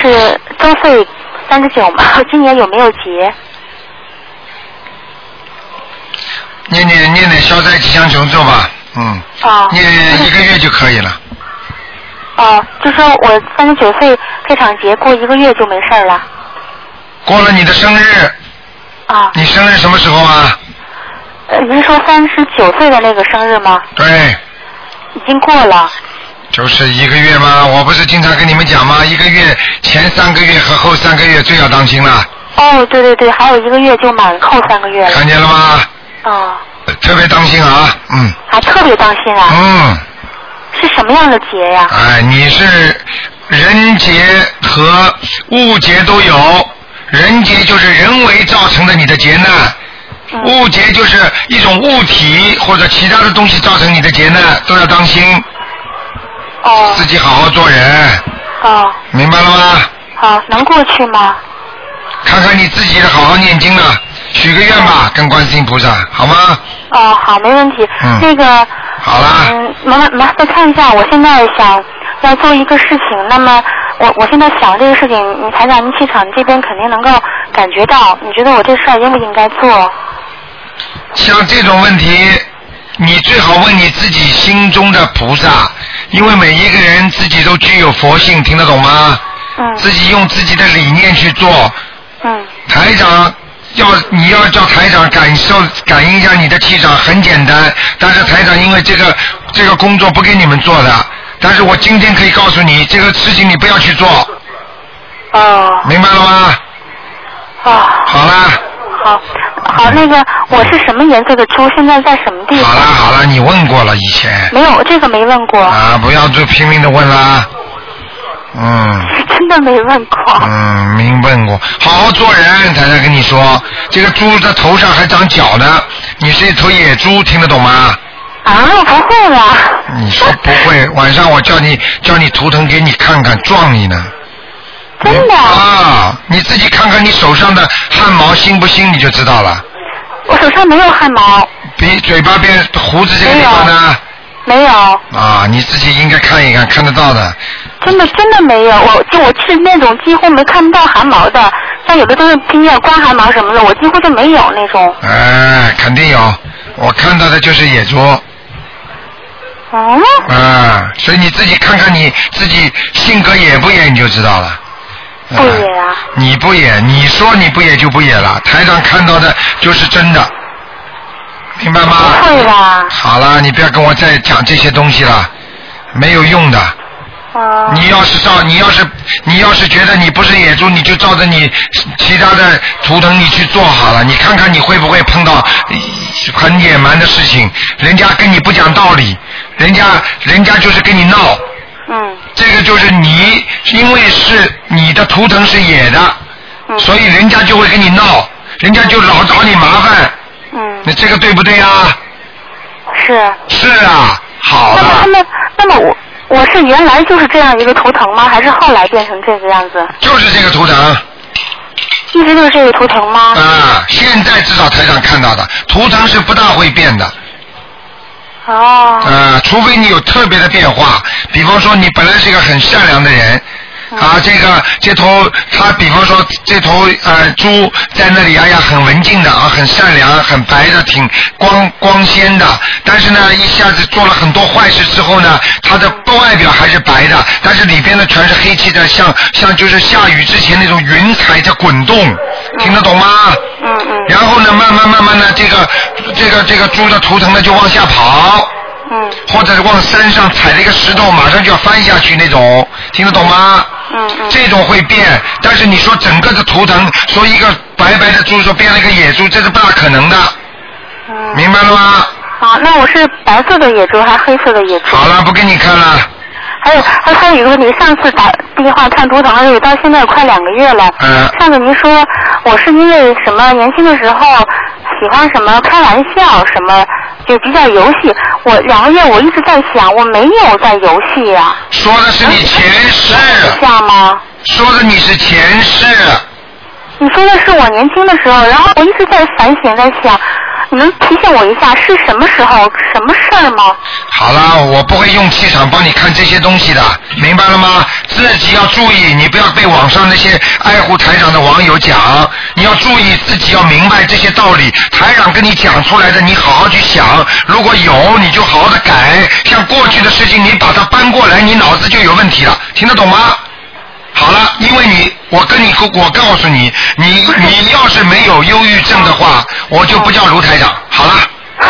E: 是周岁三十九嘛，今年有没有结？
A: 念念念点消灾吉祥神咒吧，嗯，
E: 啊
A: 念一个月就可以了。
E: 哦，就说我三十九岁这场结过一个月就没事儿了。
A: 过了你的生日，
E: 啊，
A: 你生日什么时候啊？
E: 呃您说三十九岁的那个生日吗？
A: 对，
E: 已经过了。
A: 就是一个月吗？我不是经常跟你们讲吗？一个月前三个月和后三个月最要当心了，
E: 哦，对对对，还有一个月就满后三个月了。
A: 看见了吗？
E: 啊，
A: 特别当心啊，嗯
E: 还特别当心啊。
A: 嗯，
E: 是什么样的结呀？
A: 哎，你是人劫和物劫都有，人劫就是人为造成的你的劫难。
E: 嗯
A: 物劫就是一种物体或者其他的东西造成你的劫难，都要当心，
E: 哦
A: 自己好好做人，
E: 哦，
A: 明白了吗？
E: 好，能过去吗？
A: 看看你自己的，好好念经了，许个愿吧，跟观世音菩萨，好吗？
E: 哦，好，没问题。
A: 嗯
E: 那个，
A: 好啦，
E: 嗯，麻烦麻烦再看一下，我现在想要做一个事情，那么我我现在想这个事情，你台长，您气场这边肯定能够感觉到，你觉得我这事儿应不应该做？
A: 像这种问题，你最好问你自己心中的菩萨，因为每一个人自己都具有佛性，听得懂吗？
E: 嗯
A: 自己用自己的理念去做，
E: 嗯，
A: 台长要你要叫台长感受感应一下你的气场，很简单。但是台长因为这个这个工作不给你们做的，但是我今天可以告诉你，这个事情你不要去做，
E: 哦，
A: 明白了吗？
E: 啊。
A: 好啦。
E: 好，好，那个我是什么颜色的猪？现在在什么地方？
A: 好了，你问过了以前
E: 没有，这个没问过， (laughs)
A: 啊，不要就拼命的问啦。嗯。
E: 真的没问过。
A: 嗯，明问过，好好做人，才能跟你说。这个猪的头上还长角呢，你是一头野猪，听得懂吗？
E: 啊，不会啦。
A: 你说不 (laughs) 会，晚上我叫你叫你图腾给你看看，撞你呢。真的啊！你自己看看你手上的汗毛新不新，你就知道了。
E: 我手上没有汗毛，
A: 鼻、嘴巴边、胡子这个地方呢？
E: 没有，
A: 啊，你自己应该看一看，看得到的。
E: 真的真的没有。我就我是那种几乎没看不到汗毛的，像有的都是拼叶刮汗毛什么的，我几乎就没有那种。
A: 哎，肯定有，我看到的就是野猪。
E: 哦。
A: 啊，所以你自己看看你自己性格野不野，你就知道了。
E: 不野啊。
A: 你不野，你说你不野就不野了。台上看到的就是真的，明白吗？不
E: 会吧？
A: 好了，你不要跟我再讲这些东西了，没有用的。你要是照，你要是你要是觉得你不是野猪，你就照着你其他的图腾你去做好了，你看看你会不会碰到呃很野蛮的事情，人家跟你不讲道理，人家人家就是跟你闹。
E: 嗯。
A: 这个就是你，因为是你的图腾是野的，
E: 嗯
A: 所以人家就会跟你闹，人家就老找你麻烦。
E: 嗯。
A: 那这个对不对啊？
E: 是。
A: 是啊，好
E: 那么那么那么我我是原来就是这样一个图腾吗？还是后来变成这个样子？
A: 就是这个图腾。
E: 一直就是这个图腾吗？
A: 啊，现在至少台上看到的图腾是不大会变的。
E: 哦。
A: 啊，除非你有特别的变化，比方说你本来是一个很善良的人。啊，这个这头他比方说这头呃猪在那里，哎呀，很文静的啊，很善良，很白的，挺光光鲜的。但是呢，一下子做了很多坏事之后呢，它的外表还是白的，但是里边呢全是黑气的，像像就是下雨之前那种云彩在滚动，听得懂吗？
E: 嗯嗯。
A: 然后呢，慢慢慢慢的，这个这个这个猪的图腾呢就往下跑。
E: 嗯。
A: 或者是往山上踩了一个石头，马上就要翻下去那种，听得懂吗？
E: 嗯嗯。
A: 这种会变，但是你说整个的图腾，说一个白白的猪，说变了一个野猪，这是不大可能的。明白了吗？
E: 嗯好，那我是白色的野猪还是黑色的野猪？
A: 好了，不给你看了。
E: 还有，还还有一个问题，上次打电话看图腾的时候，到现在快两个月了。
A: 嗯。
E: 上次您说我是因为什么年轻的时候喜欢什么开玩笑什么，就比较游戏。我两个月我一直在想，我没有在游戏呀、
A: 说的是你前世。
E: 像嗯吗？
A: 说的你是前世。
E: 你说的是我年轻的时候，然后我一直在反省，在想，你能提醒我一下是什么时候、什么事儿吗？
A: 好啦，我不会用气场帮你看这些东西的，明白了吗？自己要注意，你不要被网上那些爱护台长的网友讲，你要注意自己要明白这些道理。台长跟你讲出来的，你好好去想，如果有你就好好的改。像过去的事情，你把它搬过来，你脑子就有问题了，听得懂吗？好了，因为你，我跟你，我告诉你，你你要是没有忧郁症的话，我就不叫卢台长。好了，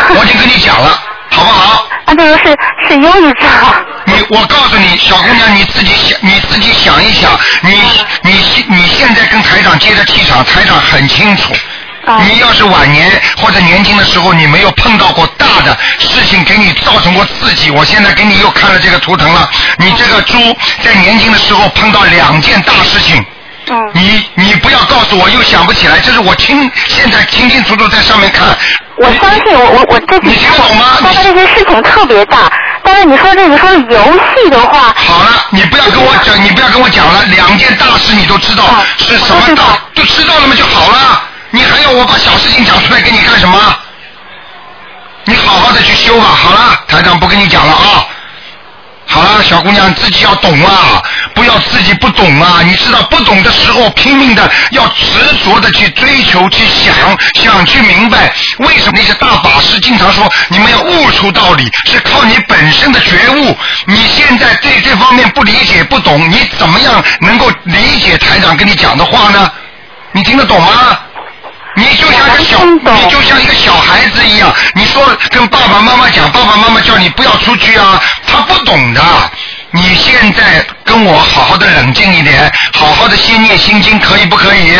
A: 我已经跟你讲了，好不好？
E: 啊，这个是是忧郁症。
A: 你，我告诉你，小姑娘，你自己想，你自己想一想，你你你现在跟台长接的气场，台长很清楚。你要是晚年或者年轻的时候，你没有碰到过大的事情，给你造成过刺激。我现在给你又看了这个图腾了，你这个猪在年轻的时候碰到两件大事情。你你不要告诉我又想不起来，这是我清现在清清楚楚在上面看。
E: 我相信我我我这几天我发生这些事情特别大，但是你说这个说游戏的话，
A: 好了，你不要跟我讲，你不要跟我讲了，两件大事你都知道是什么大，都知道了嘛就好了。你还要我把小事情讲出来给你干什么？你好好的去修吧。好了，台长不跟你讲了啊。好了，小姑娘自己要懂啊，不要自己不懂啊。你知道不懂的时候拼命的要执着的去追求、去想、想去明白，为什么那些大法师经常说你们要悟出道理，是靠你本身的觉悟。你现在对这方面不理解、不懂，你怎么样能够理解台长跟你讲的话呢？你听得懂吗？你就像一个小，你就像一个小孩子一样，你说跟爸爸妈妈讲，爸爸妈妈叫你不要出去啊，他不懂的。你现在跟我好好的冷静一点，好好的先念心经，可以不可以？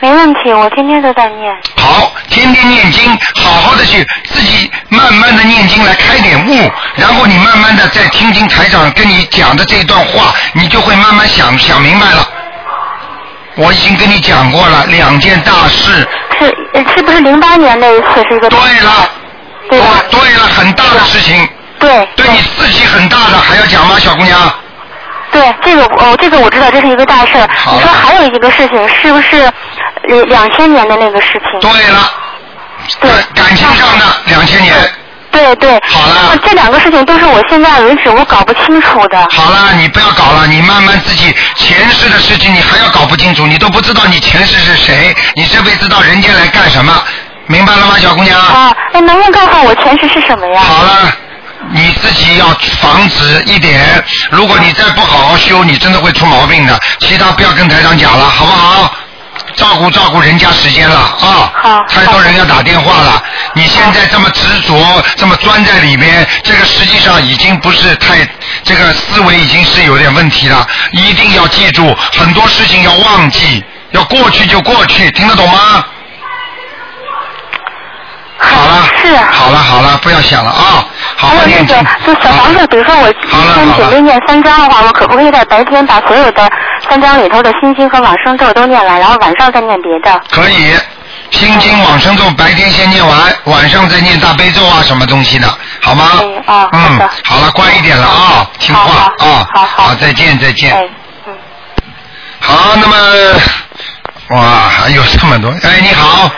B: 没问题，我天天都在念。
A: 好，天天念经，好好的去自己慢慢的念经来开点悟，然后你慢慢的再听听台长跟你讲的这段话，你就会慢慢想想明白了。我已经跟你讲过了，两件大事。
B: 是呃是不是零八年那一次是一个？对
A: 了，
B: 对吧？
A: 对了，很大的事情。
B: 对。
A: 对你自己很大的，还要讲吗，小姑娘？
B: 对，这个我、哦、这个我知道，这是一个大事儿。你说还有一个事情，是不是两千年的那个事情？
A: 对了。
B: 对。
A: 感情上的两千年。
B: 对对。
A: 好了。
B: 这两个事情都是我现在为止我搞不清楚的。
A: 好了，你不要搞了，你慢慢自己前世的事情你还要搞不清楚，你都不知道你前世是谁，你这辈子到人间来干什么？明白了吗，小姑娘？
B: 啊，哎，能不能告诉我前世是什么呀？
A: 好了，你自己要防止一点，如果你再不好好修，你真的会出毛病的。其他不要跟台长讲了，好不好？照顾照顾人家时间了啊！
B: 好，
A: 太多人要打电话了。你现在这么执着，这么钻在里面，这个实际上已经不是太，这个思维已经是有点问题了。一定要记住，很多事情要忘记，要过去就过去，听得懂吗？好了，
B: 是啊
A: 好了好了，不要想了啊！好
B: 还
A: 好
B: 有那
A: 念经
B: 个，就小房子，比如说我一天准备念三章的话，我可不可以在白天把所有的三章里头的心经和往生咒都念完，然后晚上再念别的？
A: 可以。心经往生咒白天先念完，晚上再念大悲咒啊，什么东西的，好吗？
B: 啊，
A: 嗯，好了，乖一点了啊，听话啊，好，哎嗯再见再见。好，那么，哇，还有这么多，哎，你好，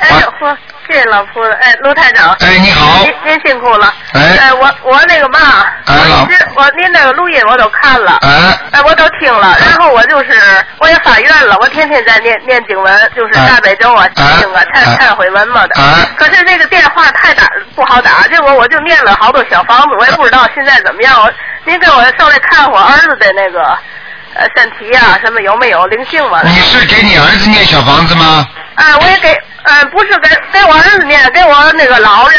H: 哎，我谢谢老夫人，哎，卢台长。
A: 哎，你好。
H: 您您辛苦了。呃
A: 哎
H: 我我那个嘛，
A: 哎老
H: 我您我您那个录音我都看了。
A: 哎。
H: 我都听了，然后我就是我也发愿了，我天天在念念经文，就是
A: 哎
H: 大悲咒啊、心经啊、忏忏悔文嘛的。可是这个电话太打不好打，结果我就念了好多小房子，我也不知道现在怎么样。我您给我上来看我儿子的那个呃身体呀、什么有没有灵性嘛？
A: 你是给你儿子念小房子吗？
H: 啊，我也给，嗯、不是给给我儿子念，给我那个老人，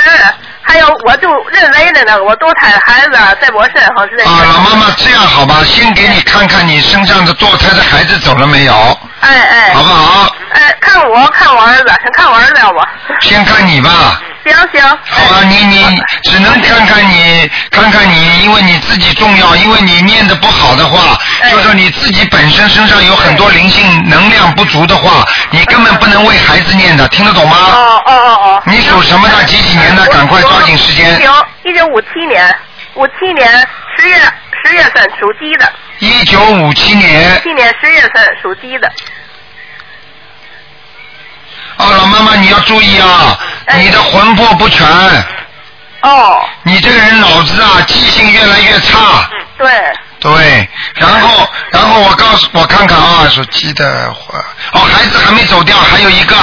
H: 还有我就认为的呢，我多胎孩子啊在我身上是那个。
A: 啊，老妈妈，这样好吧，先给你看看你身上的堕胎的孩子走了没有，
H: 哎哎。
A: 好不好？
H: 哎，看我，看我儿子，先看我儿子要不？
A: 先看你吧。
H: 行行。
A: 好吧，你
H: 哎
A: 你只能看看你看看你，因为你自己重要，因为你念的不好的话，
H: 哎
A: 就是说你自己本身身上有很多灵性能量不足的话，你根本不能为孩子念的，听得懂吗？哦
H: 哦哦哦。
A: 你属什么的？几几年的？赶快抓紧时
H: 一
A: 间。
H: 九一九五七年，五七年十月十月份属鸡的。
A: 一九五七年。
H: 七年十月份属鸡的。
A: 啊，老妈妈你要注意啊，
H: 哎
A: 你的魂魄不全。
H: 哦。
A: 你这个人脑子啊，记性越来越差。
E: 嗯
H: 对。
A: 对，然后然后我告诉我看看啊，手机的话，哦，孩子还没走掉，还有一个，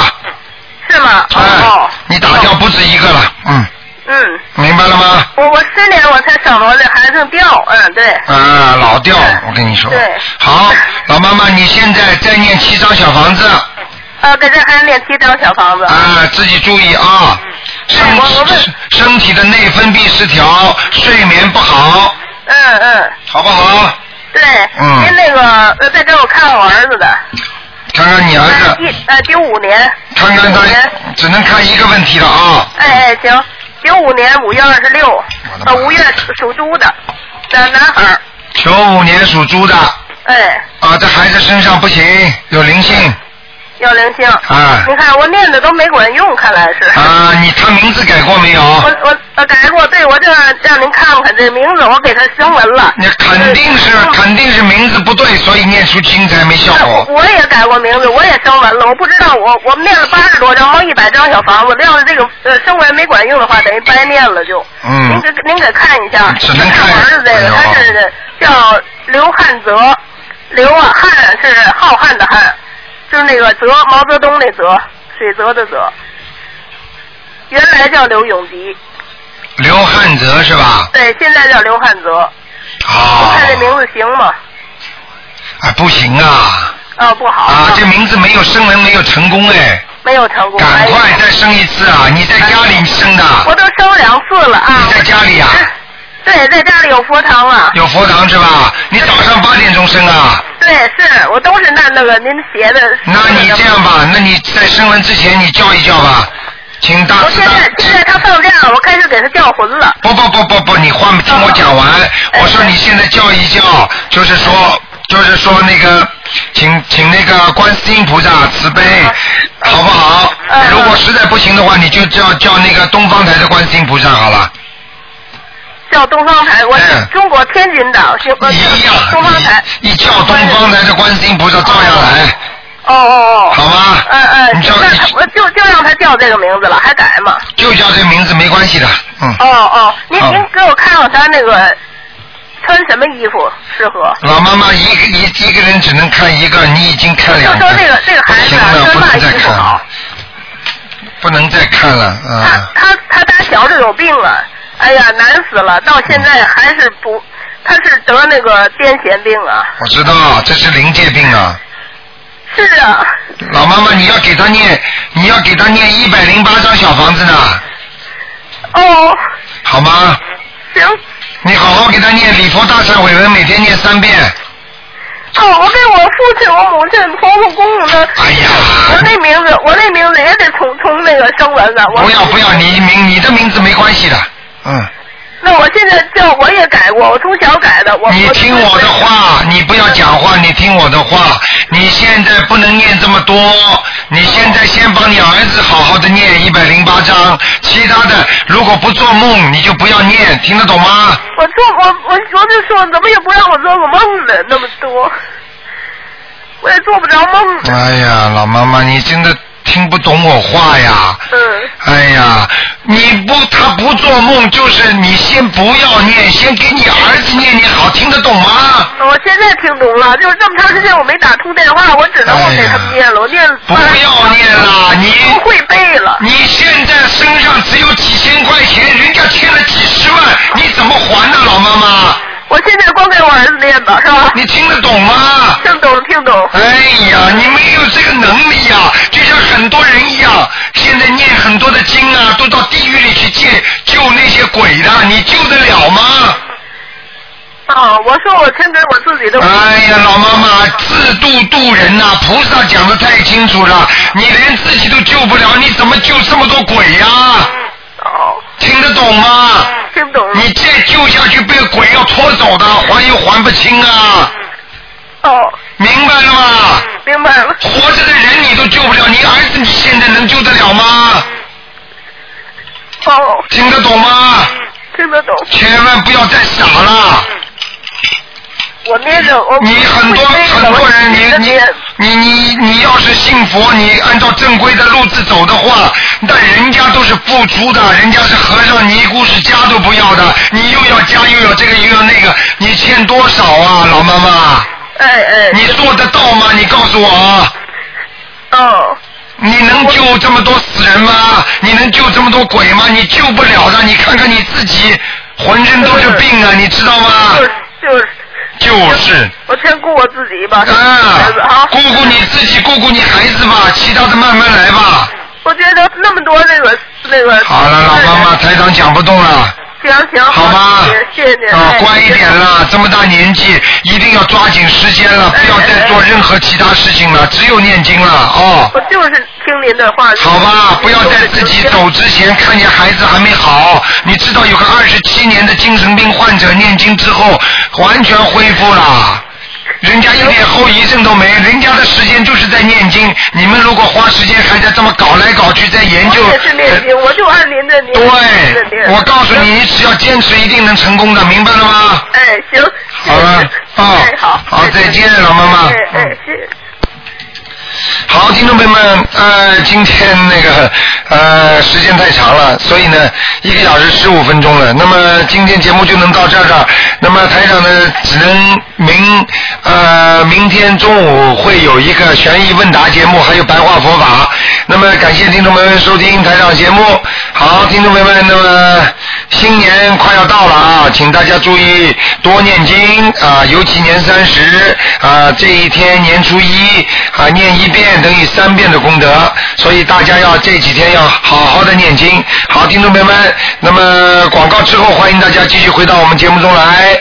H: 是吗？
A: 哎
H: 哦。
A: 你打掉不止一个了，嗯，
H: 嗯。
A: 明白了吗？
H: 我我十年我才生了我这孩子掉，嗯，对。
A: 啊，老掉，我跟你说。
H: 对。
A: 好，老妈妈，你现在再念七张小房子
H: 啊，给这孩子练七张小房子。
A: 啊，自己注意啊，身身体的内分泌失调，睡眠不好，
H: 嗯嗯。
A: 好不好？
H: 对。
A: 嗯啊
H: 您那个呃在这我看我儿子的。
A: 看看你儿子，
H: 一呃九五年。
A: 看看他，只能看一个问题了啊。
H: 哎哎，行，九五年五月二十六，呃五月属猪的，男男孩儿，
A: 九五年属猪的，
H: 哎，
A: 啊，这孩子身上不行，有灵性。
H: 要灵性。
A: 啊
H: 你看我念的都没管用，看来是。
A: 啊，你他名字改过没有？
H: 我我呃改过，对我这让您看看这名字，我给他升文了。嗯
A: 你肯定是肯定是名字不对，所以念出经才没效果。
H: 哎我也改过名字，我也升文了。我不知道我我们念了八十多张，好一百张小房子，要是这个呃升文没管用的话，等于白念了就。
A: 嗯
H: 您给您给看一下，
A: 只能看哎
H: 我儿子这个，他是叫刘汉泽，刘啊汉是浩瀚的汉，就是那个泽毛泽东那泽，水泽的泽。原来叫刘永吉，
A: 刘汉泽是吧？
H: 对，现在叫刘汉泽。
A: 哦啊。
H: 看这名字行吗？
A: 啊，不行啊！
H: 啊，不好。
A: 啊，这名字没有生人没有成功哎，
H: 没有成功。
A: 赶快再生一次啊！你在家里生的，
H: 我都生两次了啊！
A: 在家里啊？
H: 对，在家里有佛堂啊。
A: 有佛堂是吧？你早上八点钟生啊？
K: 对，是我都是那那个您写的。
A: 那你这样吧，那你在生完之前你叫一叫吧，请大
K: 我
A: 慈
K: 现在现在他放假了，我开始给他叫魂了。
A: 不不不不不，你话没听我讲完。
K: 嗯
A: 我说你现在叫一叫，就是说，就是说那个，请请那个观世音菩萨慈悲，
K: 嗯
A: 好不好？如果实在不行的话，你就叫叫那个东方台的观世音菩萨好了。
K: 叫东方台，我
A: 嗯
K: 是中国天津的，我
H: 呃
K: 是我是东方台。
A: 一叫东方台的观世音菩萨照样来，
K: 哦哦哦。
A: 好吗？
K: 嗯嗯， (laughs) 那我就就让他叫这个名字了，还改吗？
A: 就叫这名字没关系的，嗯。
K: 哦哦，您
A: 好
K: 您给我看看他那个穿什么衣服适合？
A: 老妈妈一个一一个人只能看一个，你已经看两个，
K: 就说这个这个孩子啊
A: 不行了，
K: 穿
A: 不
K: 嘛
A: 能
K: 衣
A: 再
K: 服
A: 看
K: 好
A: 了，不能再看了
H: 哎
A: 啊！
K: 他他打小就有病了，哎呀，难死了，到现在还是不，他是得那个癫痫病啊。
A: 我知道这是临界病啊，
K: 是啊，
A: 老妈妈你要给他念，你要给他念一百零八张小房子呢，
K: 哦，
A: 好吗？
K: 行。
A: 你好好给他念礼佛大忏悔文，每天念三遍。
K: 哦，我给我父亲、我母亲、婆婆、公公的，
A: 哎呀，
K: 我那名字，我那名字也得从从那个生文的，我
A: 不要不要，你名你的名字没关系的，嗯。
K: 那我现在叫我也改过，我从小改的，我
A: 你听我的话，你不要讲话，你听我的话。你现在不能念这么多，你现在先帮你儿子好好的念一百零八章，其他的如果不做梦，你就不要念，听得懂吗？
K: 我做我我我就说怎么也不让我做个梦呢，那么多，我也做不着梦。
A: 哎呀，老妈妈，你真的听不懂我话呀！
K: 嗯。
A: 哎呀，你不他不做梦，就是你先不要念，先给你儿子念念好，听得懂吗？
K: 我现在听懂了，就是这么长时间我没打通电话，我只能我
A: 哎
K: 给他们念了，我念
A: 不要念了，你
K: 不会背了。
A: 你现在身上只有几千块钱，人家欠了几十万，你怎么还呢，老妈妈？
K: 我现在光给我儿子念吧，是吧？
A: 你听得懂吗？
K: 听懂，听懂。
A: 哎呀，你没有这个能力呀、就像很多人一样，现在念很多的经啊，都到地狱里去救救那些鬼的，你救得了吗？
K: 啊，我说我听着我自己的。
A: 哎呀，老妈妈，自度度人呐、菩萨讲的太清楚了，你连自己都救不了，你怎么救这么多鬼呀、听得懂吗？
K: 哦听懂。
A: 你再救下去，被鬼要拖走的，还又还不清啊！
K: 哦。
A: 明白了吗？
K: 明白了。
A: 活着的人你都救不了，你儿子你现在能救得了吗？
K: 哦。
A: 听得懂吗？
K: 听得懂。
A: 千万不要再傻了。
K: 我念着，我
A: 你很多很多人，你你你你你要是信佛，你按照正规的路子走的话，那人家都是付出的，人家是和尚尼姑是家都不要的，你又要家又要这个又要那个，你欠多少啊，老妈妈？
K: 哎哎。 (laughs)
A: 你做得到吗？你告诉我啊。
K: 哦。
A: 你能救这么多死人吗？你能救这么多鬼吗？你救不了的，你看看你自己，浑身都是病啊，你知道吗？
K: 就是
A: 就是。
K: 我先顾我自己吧，
A: 啊
K: 孩子啊，
A: 顾顾你自己，顾顾你孩子吧，其他的慢慢来吧。
K: 我觉得那么多那个那个。
A: 好了，老妈妈，台长讲不动了，
K: 行行，好吗？谢谢您。
A: 啊
K: 哎，
A: 乖一点啦，这么大年纪，一定要抓紧时间了，不要再做任何其他事情了，只有念经了哦。
K: 我就是听您的话。
A: 好吧，不要在自己走之前看见孩子还没好。你知道有个二十七年的精神病患者念经之后完全恢复了，人家一点后遗症都没，人家的时间就是在念经。你们如果花时间还在这么搞来搞去，在研究，
K: 我也是念经，我就按您的念。
A: 对，我告诉你，你只要坚持，一定能成功的，明白了吗？
K: 哎，行。
A: 好了，啊，好，再见，老妈妈。嗯
K: 哎哎，谢。
A: 好，听众朋友们，呃，今天那个呃时间太长了，所以呢，一个小时十五分钟了。那么今天节目就能到这儿了。那么台长呢，只能明呃明天中午会有一个悬疑问答节目，还有白话佛法。那么感谢听众朋友们收听台长节目。好，听众朋友们，那么新年快要到了啊，请大家注意多念经啊，尤其年三十啊这一天年初一啊念一遍等于三遍的功德，所以大家要这几天要好好的念经。好，听众朋友们，那么广告之后欢迎大家继续回到我们节目中来。